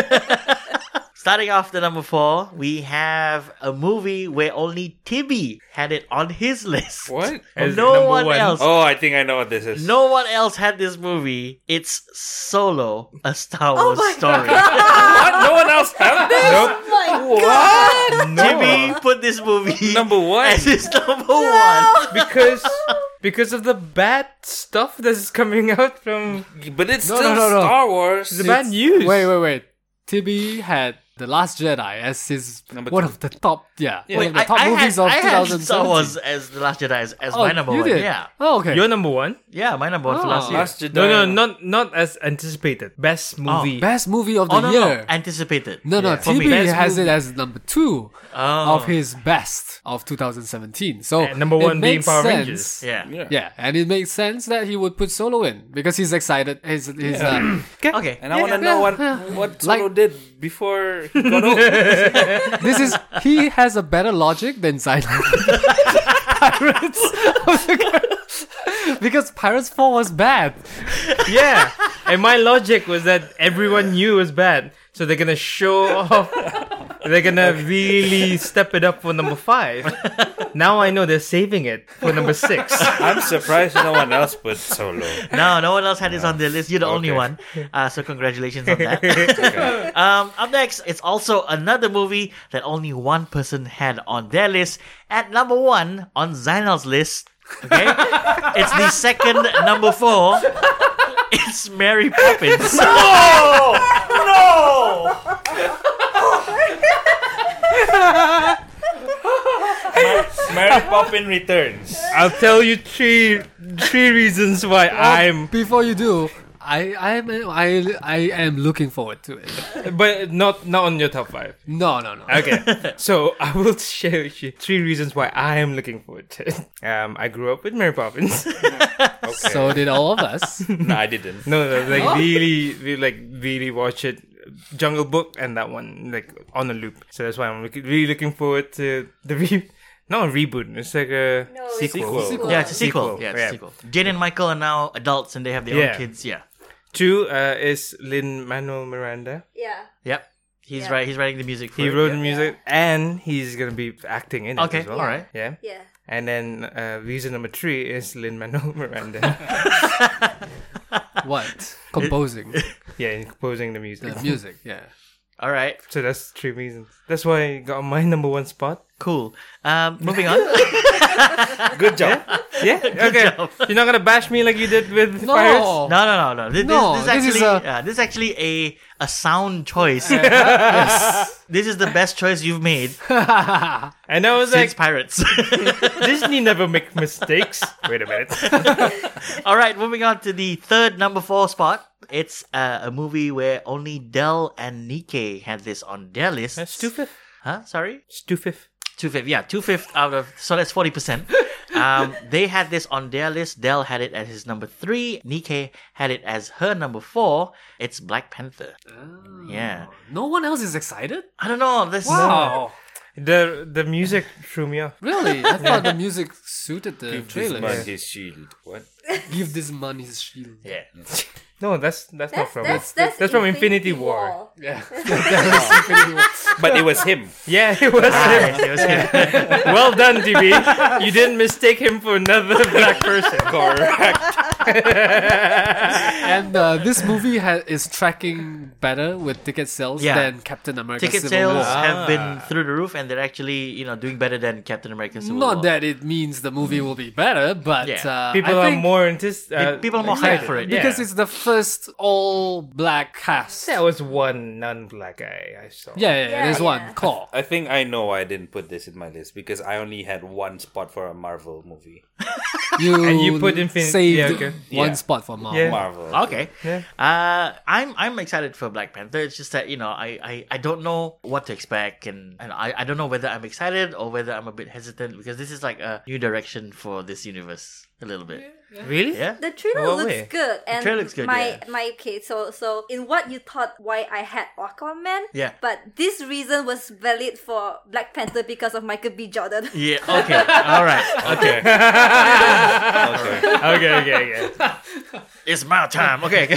Speaker 1: starting off the number four, we have a movie where only Tibby had it on his list.
Speaker 3: What?
Speaker 4: As
Speaker 1: No
Speaker 4: number
Speaker 1: one,
Speaker 4: one.
Speaker 1: else.
Speaker 3: Oh, I think I know what this is.
Speaker 1: No one else had this movie. It's Solo, a Star Wars
Speaker 5: my
Speaker 1: story.
Speaker 3: What? No one else had this.
Speaker 5: Oh my
Speaker 1: Tibby put this movie
Speaker 3: Number one.
Speaker 1: as his number one.
Speaker 4: because because of the bad stuff that's coming out from
Speaker 3: But it's
Speaker 2: No,
Speaker 3: still
Speaker 2: no, no, no.
Speaker 3: Star Wars.
Speaker 4: the bad news.
Speaker 2: Wait, wait, wait. Tibby had The Last Jedi as his
Speaker 3: Number
Speaker 2: one
Speaker 3: two.
Speaker 2: of the top, yeah, one
Speaker 1: Wait,
Speaker 2: of the top
Speaker 1: I, I
Speaker 2: movies
Speaker 1: had,
Speaker 2: of
Speaker 1: I had
Speaker 2: 2017.
Speaker 1: Star Wars as the Last Jedi as, as my number
Speaker 2: you
Speaker 1: one.
Speaker 2: did?
Speaker 1: Yeah,
Speaker 2: Oh, okay.
Speaker 4: You're number one.
Speaker 1: yeah, my number one for
Speaker 2: Oh.
Speaker 1: last year.
Speaker 3: Last Jedi.
Speaker 4: No, no, not not as anticipated. Ah, Best movie.
Speaker 2: Best movie of the
Speaker 1: Oh no,
Speaker 2: year.
Speaker 1: no, anticipated.
Speaker 2: No, no,
Speaker 1: Yeah. For me.
Speaker 2: TB
Speaker 4: Best
Speaker 2: has it
Speaker 4: movie.
Speaker 2: as number two
Speaker 1: Oh.
Speaker 2: of his best of 2017. So
Speaker 4: And number one
Speaker 2: it
Speaker 4: being
Speaker 2: makes
Speaker 4: Power
Speaker 2: sense,
Speaker 4: Rangers.
Speaker 1: Yeah.
Speaker 3: Yeah.
Speaker 2: Yeah, and it makes sense that he would put Solo in because he's excited. He's, he's uh,
Speaker 1: Okay.
Speaker 3: And I want to know what what Solo
Speaker 2: Like-
Speaker 3: did before he got old.
Speaker 2: this is he has a better logic than Zidane. pirates. because Pirates 4 was bad.
Speaker 4: yeah. And my logic was that everyone knew it was bad, so they're gonna show off. They're gonna really step it up for number five. Now I know they're saving it for number six.
Speaker 3: I'm surprised no one else put solo.
Speaker 1: No, no one else had this on their list. You're the only
Speaker 3: Okay.
Speaker 1: one. Uh, so congratulations on that. um, up next, it's also another movie that only one person had on their list. At number one on Zainal's list, okay, it's the second number four. It's Mary Poppins.
Speaker 3: Mary Poppins returns.
Speaker 4: I'll tell you three three reasons why I'm,
Speaker 2: Before you do, I, I, am, I, I am looking forward to it.
Speaker 4: but not not on your top five.
Speaker 2: No, no, no.
Speaker 4: Okay, so I will share with you three reasons why I am looking forward to it. Um, I grew up with Mary Poppins.
Speaker 3: Okay.
Speaker 2: So did all of us.
Speaker 3: no, I didn't.
Speaker 4: No, no, like really, we like really watch it. Jungle Book and that one like on a loop. So that's why I'm look- really looking forward to the re- not a reboot. It's like a
Speaker 5: No, it's
Speaker 4: sequel.
Speaker 3: Sequel.
Speaker 5: Sequel.
Speaker 1: yeah, it's a sequel.
Speaker 4: Sequel,
Speaker 1: Yeah, it's
Speaker 4: yeah.
Speaker 1: a sequel. Jane and Michael are now adults and they have their
Speaker 4: Yeah.
Speaker 1: own kids. Yeah.
Speaker 4: Two uh, is Lin Manuel Miranda.
Speaker 5: Yeah.
Speaker 1: Yep. He's
Speaker 5: Yeah.
Speaker 1: right. He's writing the music for
Speaker 4: He
Speaker 1: it,
Speaker 4: wrote
Speaker 1: yeah.
Speaker 4: music and he's gonna be acting in
Speaker 1: Okay,
Speaker 4: it as well.
Speaker 1: all right.
Speaker 4: Yeah.
Speaker 5: Yeah.
Speaker 4: And then uh, reason number three is Lin Manuel Miranda.
Speaker 2: What? Composing.
Speaker 4: yeah, and composing the music.
Speaker 2: The music, yeah.
Speaker 1: All right.
Speaker 4: So that's three reasons. That's why I got my number one spot.
Speaker 1: Cool. Um, moving on.
Speaker 3: Good job.
Speaker 4: Yeah. okay. You're not gonna bash me like you did with
Speaker 2: No!
Speaker 4: Pirates.
Speaker 1: No, no, no, no. This,
Speaker 2: No,
Speaker 1: this, this,
Speaker 2: this is
Speaker 1: actually,
Speaker 2: a-
Speaker 1: yeah, this is actually a a sound choice. This is the best choice you've made
Speaker 4: And I was
Speaker 1: since
Speaker 4: like,
Speaker 1: Pirates.
Speaker 4: Disney never make mistakes. Wait a minute.
Speaker 1: All right, moving on to the third number four spot. It's uh, a movie where only Dell and Nikkei had this on their list.
Speaker 4: That's two fifth.
Speaker 1: Huh? Sorry?
Speaker 4: It's two fifth.
Speaker 1: Two fifth. Yeah, two fifth out of. So that's 40%. Um, they had this on their list. Dell had it as his number three. Nikkei had it as her number four. It's Black Panther. Yeah.
Speaker 2: No one else is excited?
Speaker 1: I don't know. This
Speaker 4: Oh.
Speaker 2: Wow.
Speaker 4: The the music threw me off.
Speaker 2: Really? I thought the music suited the
Speaker 3: Give this
Speaker 2: trailer.
Speaker 3: man his shield. What?
Speaker 2: Give this man his shield.
Speaker 1: Yeah.
Speaker 4: No, that's that's, not
Speaker 5: That's
Speaker 4: from
Speaker 5: that's
Speaker 4: it.
Speaker 5: that's,
Speaker 4: from Infinity War.
Speaker 2: Yeah. That was Infinity War.
Speaker 3: But it was him.
Speaker 4: Yeah, it was him.
Speaker 1: Ah, It was him.
Speaker 4: Well done, DB. You didn't mistake him for another black person.
Speaker 3: Correct.
Speaker 2: and uh, this movie ha- is tracking better with ticket sales
Speaker 1: Yeah.
Speaker 2: than Captain America
Speaker 1: ticket
Speaker 2: Civil
Speaker 1: sales
Speaker 2: War.
Speaker 1: have
Speaker 2: Ah.
Speaker 1: been through the roof, and they're actually you know doing better than Captain America Civil
Speaker 2: Not
Speaker 1: War.
Speaker 2: that it means the movie will be better, but
Speaker 1: Yeah.
Speaker 2: uh,
Speaker 4: People
Speaker 2: I
Speaker 4: are
Speaker 2: think
Speaker 4: more antis- uh,
Speaker 1: People are more hyped for it.
Speaker 4: Yeah.
Speaker 2: because it's the first all black cast.
Speaker 4: There was one non-black guy I saw.
Speaker 2: Yeah, yeah, yeah,
Speaker 5: Yeah,
Speaker 2: there's
Speaker 5: yeah.
Speaker 2: one claw.
Speaker 3: I think I know why I didn't put this in my list because I only had one spot for a Marvel movie.
Speaker 2: You
Speaker 4: And you put Infin-
Speaker 2: saved
Speaker 4: yeah, okay.
Speaker 2: one
Speaker 3: Yeah.
Speaker 2: spot for Marvel.
Speaker 4: Yeah.
Speaker 3: Marvel.
Speaker 1: Okay.
Speaker 4: Yeah.
Speaker 1: Uh, I'm I'm excited for Black Panther. It's just that you know I, I, I don't know what to expect, and, and I, I don't know whether I'm excited or whether I'm a bit hesitant because this is like a new direction for this universe a little bit.
Speaker 4: Really?
Speaker 1: Yeah.
Speaker 5: The trailer
Speaker 4: Well, wait.
Speaker 5: looks good, and
Speaker 1: trailer looks good,
Speaker 5: my
Speaker 1: yeah.
Speaker 5: my okay. So so in what you thought why I had Aquaman,
Speaker 1: Yeah.
Speaker 5: but this reason was valid for Black Panther because of Michael B. Jordan.
Speaker 1: Yeah. Okay. All right.
Speaker 3: Okay. okay.
Speaker 4: Okay, okay, okay.
Speaker 1: It's my time. Okay.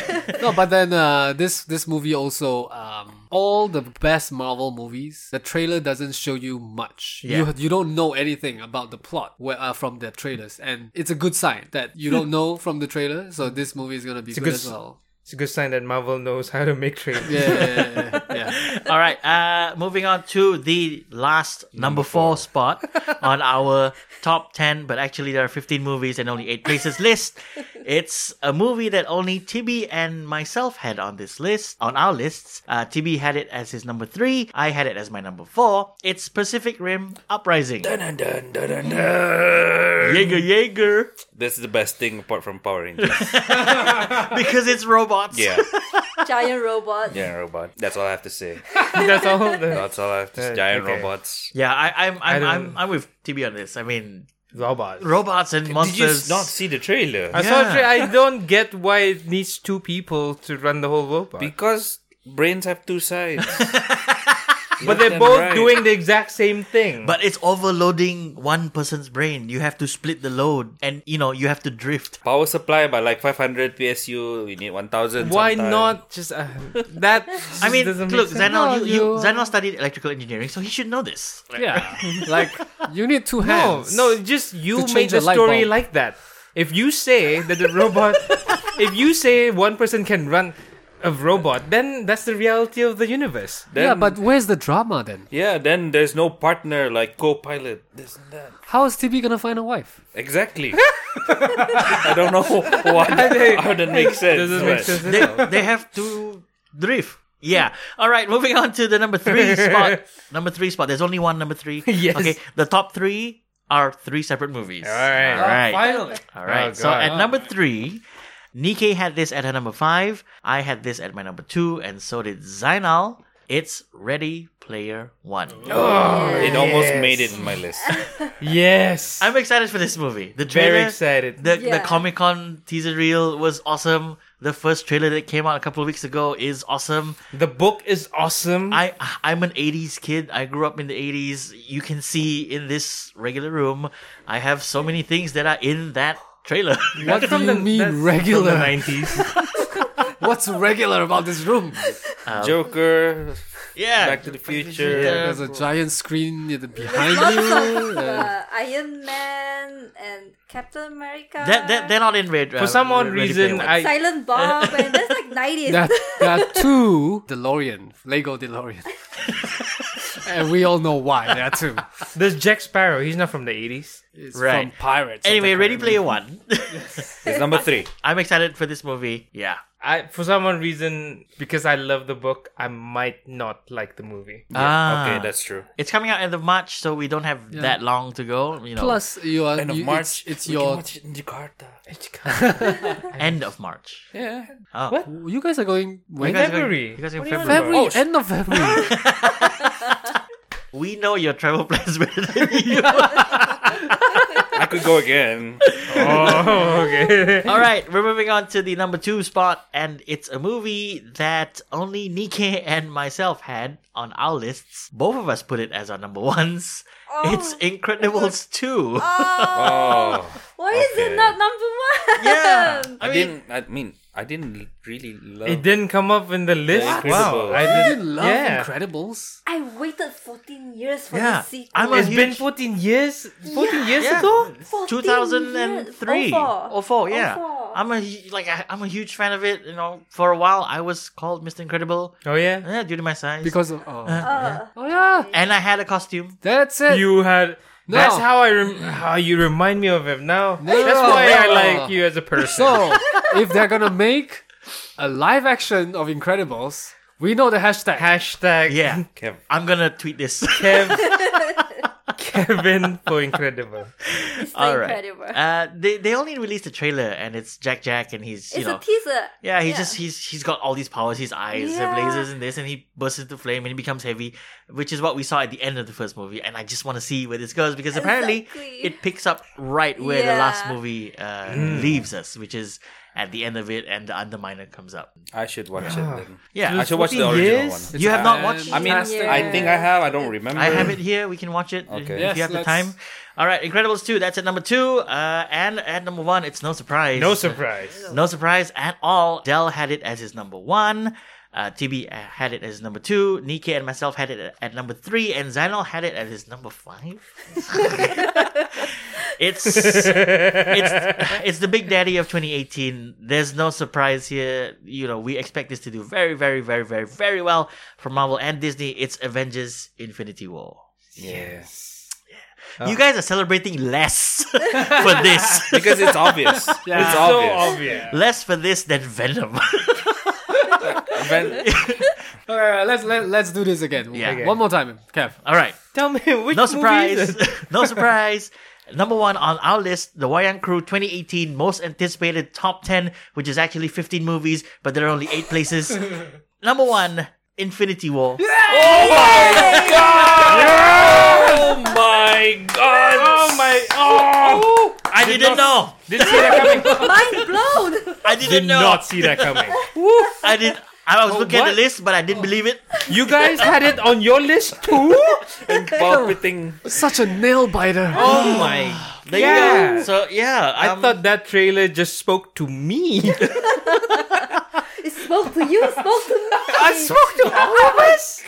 Speaker 2: No, but then uh, this this movie also um, all the best Marvel movies. The trailer doesn't show you much.
Speaker 1: Yeah.
Speaker 2: You you don't know anything about the plot where, uh, from the trailers, and it's a good sign that you don't know from the trailer. So this movie is gonna be
Speaker 4: a
Speaker 2: good,
Speaker 4: good
Speaker 2: as
Speaker 4: s-
Speaker 2: well.
Speaker 4: It's a good sign that Marvel knows how to make trailers.
Speaker 2: Yeah, yeah, yeah, yeah.
Speaker 1: All right. Uh, moving on to the last number, four, spot on our top ten, but actually there are fifteen movies and only eight places list. It's a movie that only Tibby and myself had on this list, on our lists. Uh, Tibby had it as his number three. I had it as my number four. It's Pacific Rim Uprising.
Speaker 3: Dun, dun, dun, dun, dun.
Speaker 1: Jaeger, Jaeger,
Speaker 3: This is the best thing apart from Power Rangers.
Speaker 1: because it's robots.
Speaker 3: Yeah.
Speaker 5: Giant robot.
Speaker 3: Yeah, robot. That's all I have to say.
Speaker 4: That's all. The
Speaker 3: That's all I have to say.
Speaker 4: Uh,
Speaker 3: Giant
Speaker 4: okay.
Speaker 3: robots.
Speaker 1: Yeah, I, I'm, I'm,
Speaker 4: don't-
Speaker 1: I'm, I'm with Tibby on this. I mean,
Speaker 4: robots.
Speaker 1: robots and monsters.
Speaker 3: Did you not see the trailer?
Speaker 4: I saw.
Speaker 1: Yeah.
Speaker 4: Tra- I don't get why it needs two people to run the whole robot.
Speaker 3: Because brains have two sides.
Speaker 4: But they're
Speaker 3: and
Speaker 4: both
Speaker 3: right.
Speaker 4: doing the exact same thing.
Speaker 1: But it's overloading one person's brain. You have to split the load, and you know you have to drift.
Speaker 3: Power supply by like 500 PSU. You need 1,000.
Speaker 4: why
Speaker 3: sometime.
Speaker 4: not just uh, that? Just
Speaker 1: I mean,
Speaker 4: doesn't
Speaker 1: look,
Speaker 4: make sense.
Speaker 1: Zanol, you, you,
Speaker 2: you-
Speaker 1: Zanol studied electrical engineering, so he should know this.
Speaker 2: Yeah, like you need two
Speaker 4: No,
Speaker 2: hands.
Speaker 4: no, just you
Speaker 2: To
Speaker 4: made
Speaker 2: change a
Speaker 4: the
Speaker 2: light
Speaker 4: story
Speaker 2: bulb.
Speaker 4: like that. If you say that the robot, if you say one person can run a robot, then that's the reality of the universe.
Speaker 3: Then,
Speaker 2: yeah, but where's the drama then?
Speaker 3: yeah, then there's no partner like co-pilot. This and that.
Speaker 2: How is TB gonna find a wife?
Speaker 3: Exactly. I don't know why. How that makes sense?
Speaker 4: Doesn't make
Speaker 3: Right.
Speaker 4: sense. at
Speaker 1: They,
Speaker 4: all.
Speaker 1: they have to drift. Yeah. All right. Moving on to the number three spot. Number three spot. There's only one number three.
Speaker 4: Yes.
Speaker 1: Okay. The top three are three separate movies.
Speaker 4: All right.
Speaker 1: All right.
Speaker 2: Finally.
Speaker 1: All right.
Speaker 4: Oh,
Speaker 1: so
Speaker 4: God.
Speaker 1: at number three, Nikkei had this at her number five. I had this at my number two, and so did Zainal. It's Ready Player One.
Speaker 4: Oh,
Speaker 1: Oh,
Speaker 3: It almost made it in my list.
Speaker 4: Yes.
Speaker 1: I'm excited for this movie. The trailer,
Speaker 4: very excited.
Speaker 1: the the
Speaker 5: Yeah.
Speaker 1: Comic Con teaser reel was awesome. The first trailer that came out a couple of weeks ago is awesome.
Speaker 4: The book is awesome.
Speaker 1: I I'm an '80s kid. I grew up in the '80s. You can see in this regular room, I have so many things that are in that trailer.
Speaker 2: What do you mean
Speaker 4: that's from
Speaker 2: regular?
Speaker 4: the 90s.
Speaker 2: What's regular about this room?
Speaker 3: Joker,
Speaker 1: yeah,
Speaker 3: Back to the Future.
Speaker 1: Yeah.
Speaker 2: There's a giant screen in the- behind
Speaker 5: Lots
Speaker 2: you.
Speaker 5: of
Speaker 2: Uh,
Speaker 5: uh, Iron Man and Captain America.
Speaker 1: That, that they're not in red.
Speaker 4: For some odd reason, I
Speaker 5: Silent Bob, and that's like 90s.
Speaker 2: there, there are two DeLorean, Lego DeLorean. and we all know why. There are two.
Speaker 4: there's Jack Sparrow. He's not from the 80s.
Speaker 2: It's
Speaker 1: Right.
Speaker 2: from Pirates. of
Speaker 1: anyway,
Speaker 2: the
Speaker 1: Ready
Speaker 2: Caribbean.
Speaker 1: Player One.
Speaker 3: it's number three.
Speaker 1: I'm excited for this movie. Yeah.
Speaker 4: I for some odd reason because I love the book, I might not like the movie.
Speaker 1: Ah.
Speaker 3: Okay, that's true.
Speaker 1: It's coming out end of March, so we don't have that long to go. You know,
Speaker 2: Plus, you are.
Speaker 3: End of
Speaker 2: you-
Speaker 3: March.
Speaker 2: It's, it's
Speaker 3: we Can
Speaker 2: your.
Speaker 3: watch it in Jakarta.
Speaker 1: end of March.
Speaker 3: Yeah.
Speaker 1: Oh.
Speaker 4: What?
Speaker 2: You guys are going. When?
Speaker 1: You guys are going-
Speaker 4: February.
Speaker 1: You guys are going
Speaker 4: What do you
Speaker 1: February.
Speaker 2: February.
Speaker 4: want?
Speaker 3: Oh, sh-
Speaker 2: end of February.
Speaker 1: We know your travel plans better than you.
Speaker 3: I could go again.
Speaker 4: oh, okay.
Speaker 1: All right, we're moving on to the number two spot, and it's a movie that only Nikkei and myself had on our lists. Both of us put it as our number ones. it's Incredibles 2.
Speaker 5: Oh,
Speaker 3: Oh,
Speaker 5: why is
Speaker 3: okay.
Speaker 5: it not number one?
Speaker 1: Yeah.
Speaker 3: I, didn't. I mean, oh, I didn't really love.
Speaker 4: It didn't come up in the list.
Speaker 3: What?
Speaker 4: Wow. I
Speaker 2: I
Speaker 4: didn't
Speaker 2: didn't love
Speaker 4: yeah.
Speaker 2: Incredibles.
Speaker 5: I waited 14 years for
Speaker 1: Yeah,
Speaker 5: the sequel. Oh,
Speaker 1: I'm a
Speaker 4: It's
Speaker 1: huge-
Speaker 4: been 14 years? 14 years
Speaker 1: Yeah.
Speaker 4: ago?
Speaker 5: 14
Speaker 1: 2003
Speaker 5: years-
Speaker 1: or
Speaker 5: oh,
Speaker 1: four, yeah i'm a hu- like I, i'm a huge fan of it you know for a while i was called mr incredible
Speaker 4: Oh, yeah.
Speaker 1: yeah due to my size
Speaker 2: Because of. Oh,
Speaker 5: Uh,
Speaker 2: oh yeah.
Speaker 1: and i had a costume
Speaker 2: That's it.
Speaker 4: You had.
Speaker 2: No.
Speaker 4: That's how I rem- how you remind me of him now.
Speaker 2: No.
Speaker 4: That's why I
Speaker 2: No.
Speaker 4: like you as a person.
Speaker 2: So, if they're gonna make a live action of Incredibles, we know the hashtag.
Speaker 4: Hashtag
Speaker 1: yeah
Speaker 3: Kev.
Speaker 1: i'm gonna tweet this
Speaker 4: Kev- Kevin for Incredible.
Speaker 5: it's the
Speaker 1: all right
Speaker 5: incredible.
Speaker 1: uh they, they only released a trailer and it's jack jack and he's you
Speaker 5: it's
Speaker 1: know
Speaker 5: a teaser.
Speaker 1: yeah, he's just he's he's got all these powers. His eyes have
Speaker 5: Yeah.
Speaker 1: lasers and this, and he bursts into flame and he becomes heavy, which is what we saw at the end of the first movie. And I just want to see where this goes because apparently
Speaker 5: Exactly.
Speaker 1: it picks up right where the last
Speaker 5: Yeah.
Speaker 1: movie uh,
Speaker 3: Mm.
Speaker 1: leaves us, which is at the end of it, and the Underminer comes up.
Speaker 3: I should watch it then.
Speaker 1: Yeah,
Speaker 3: I should watch the
Speaker 4: 14
Speaker 3: original
Speaker 4: years?
Speaker 3: one.
Speaker 1: you have not watched.
Speaker 3: I mean,
Speaker 5: Yeah.
Speaker 3: I think I have. I don't remember.
Speaker 1: I have it here. We can watch it if-
Speaker 3: Okay.
Speaker 1: if
Speaker 2: Yes,
Speaker 1: you have the
Speaker 2: let's-
Speaker 1: time. All right, Incredibles two. That's at number two, uh, and at number one, it's no surprise.
Speaker 4: No surprise.
Speaker 1: No surprise at all. Dell had it as his number one. Uh, TB had it as number two. Nikkei and myself had it at number three. And Zainal had it as his number five. it's, it's it's the big daddy of 2018. There's no surprise here. You know, we expect this to do very, very, very, very, very well from Marvel and Disney. It's Avengers Infinity War.
Speaker 3: Yeah.
Speaker 1: You guys are celebrating less for this.
Speaker 3: Because it's obvious.
Speaker 2: Yeah.
Speaker 3: It's
Speaker 2: So
Speaker 4: So
Speaker 3: obvious.
Speaker 4: obvious.
Speaker 1: less for this than Venom.
Speaker 3: Ven-
Speaker 2: All right, all right, let's let, let's do this again.
Speaker 1: Yeah. Okay.
Speaker 2: One more time, Kev.
Speaker 1: all right.
Speaker 4: Tell me which
Speaker 1: no
Speaker 4: movie
Speaker 1: surprise.
Speaker 4: is it?
Speaker 1: no surprise. Number one on our list, The Wayang Crew 2018 most anticipated top 10, which is actually 15 movies, but there are only eight places. Number one, Infinity War.
Speaker 3: oh my god!
Speaker 4: Oh my! Oh!
Speaker 1: I didn't know.
Speaker 4: Didn't see that coming.
Speaker 5: Mind blown.
Speaker 1: I didn't
Speaker 4: Did
Speaker 1: know.
Speaker 4: not see that coming.
Speaker 1: I did. I was looking at
Speaker 4: what?
Speaker 1: the list, but I didn't believe it.
Speaker 4: You guys had it on your list too?
Speaker 3: and palpitating.
Speaker 2: Such a nail biter.
Speaker 4: Oh my.
Speaker 1: There You
Speaker 4: Yeah.
Speaker 1: go. So yeah,
Speaker 4: I
Speaker 1: um,
Speaker 4: thought that trailer just spoke to me.
Speaker 5: It spoke to you, it spoke to me.
Speaker 4: I spoke to all of us.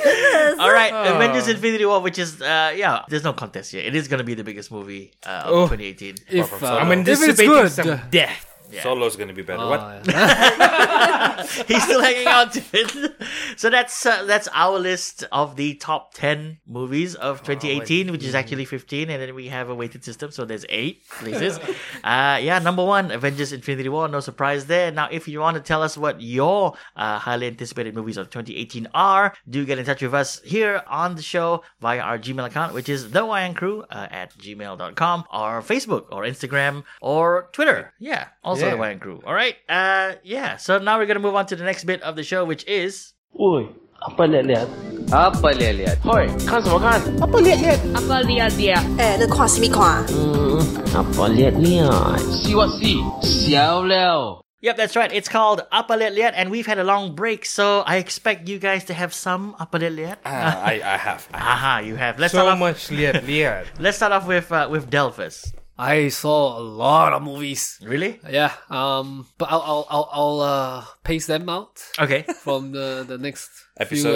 Speaker 1: All right, Avengers: Infinity War, which is uh, yeah, there's no contest here. It is going to be the biggest movie uh, of
Speaker 4: Oh.
Speaker 1: 2018.
Speaker 2: If, uh,
Speaker 4: I'm
Speaker 2: if it's
Speaker 4: anticipating
Speaker 2: good, uh,
Speaker 4: some death.
Speaker 1: Yeah.
Speaker 3: Solo's gonna be better.
Speaker 2: Oh,
Speaker 3: what?
Speaker 2: yeah.
Speaker 1: He's still hanging on to it. So that's uh, that's our list of the top ten movies of 2018, which is actually 15, and then we have a weighted system, so there's eight places. uh, yeah, number one, Avengers: Infinity War. No surprise there. Now, if you want to tell us what your uh, highly anticipated movies of 2018 are, do get in touch with us here on the show via our Gmail account, which is the Wyan Crew uh, at gmail.com, or Facebook, or Instagram, or Twitter. Yeah, also the
Speaker 4: Yeah.
Speaker 1: Wyan Crew. All right. Uh, yeah. So now we're gonna move on to the next bit of the show, which is
Speaker 6: Uy, apa lihat-lihat? Apa lihat-lihat? Hoi, kan sama kan? Apa lihat-lihat?
Speaker 7: Apa lihat dia?
Speaker 8: Eh, 你看什么看？
Speaker 6: Hmm, apa lihat-lihat? Siwa si, siao liao.
Speaker 1: Yep, that's right. It's called Apalit Liat, and we've had a long break, so I expect you guys to have some Apalit Liat.
Speaker 3: Ah, I, I have. I-
Speaker 1: Aha, you have. Let's start off.
Speaker 4: So much liat liat.
Speaker 1: Let's start off with uh, with Delphus.
Speaker 2: I saw a lot of movies.
Speaker 1: Really?
Speaker 2: Yeah, um, but I'll I'll I'll, I'll uh, pace them out
Speaker 1: Okay.
Speaker 2: from the the next
Speaker 3: Episode.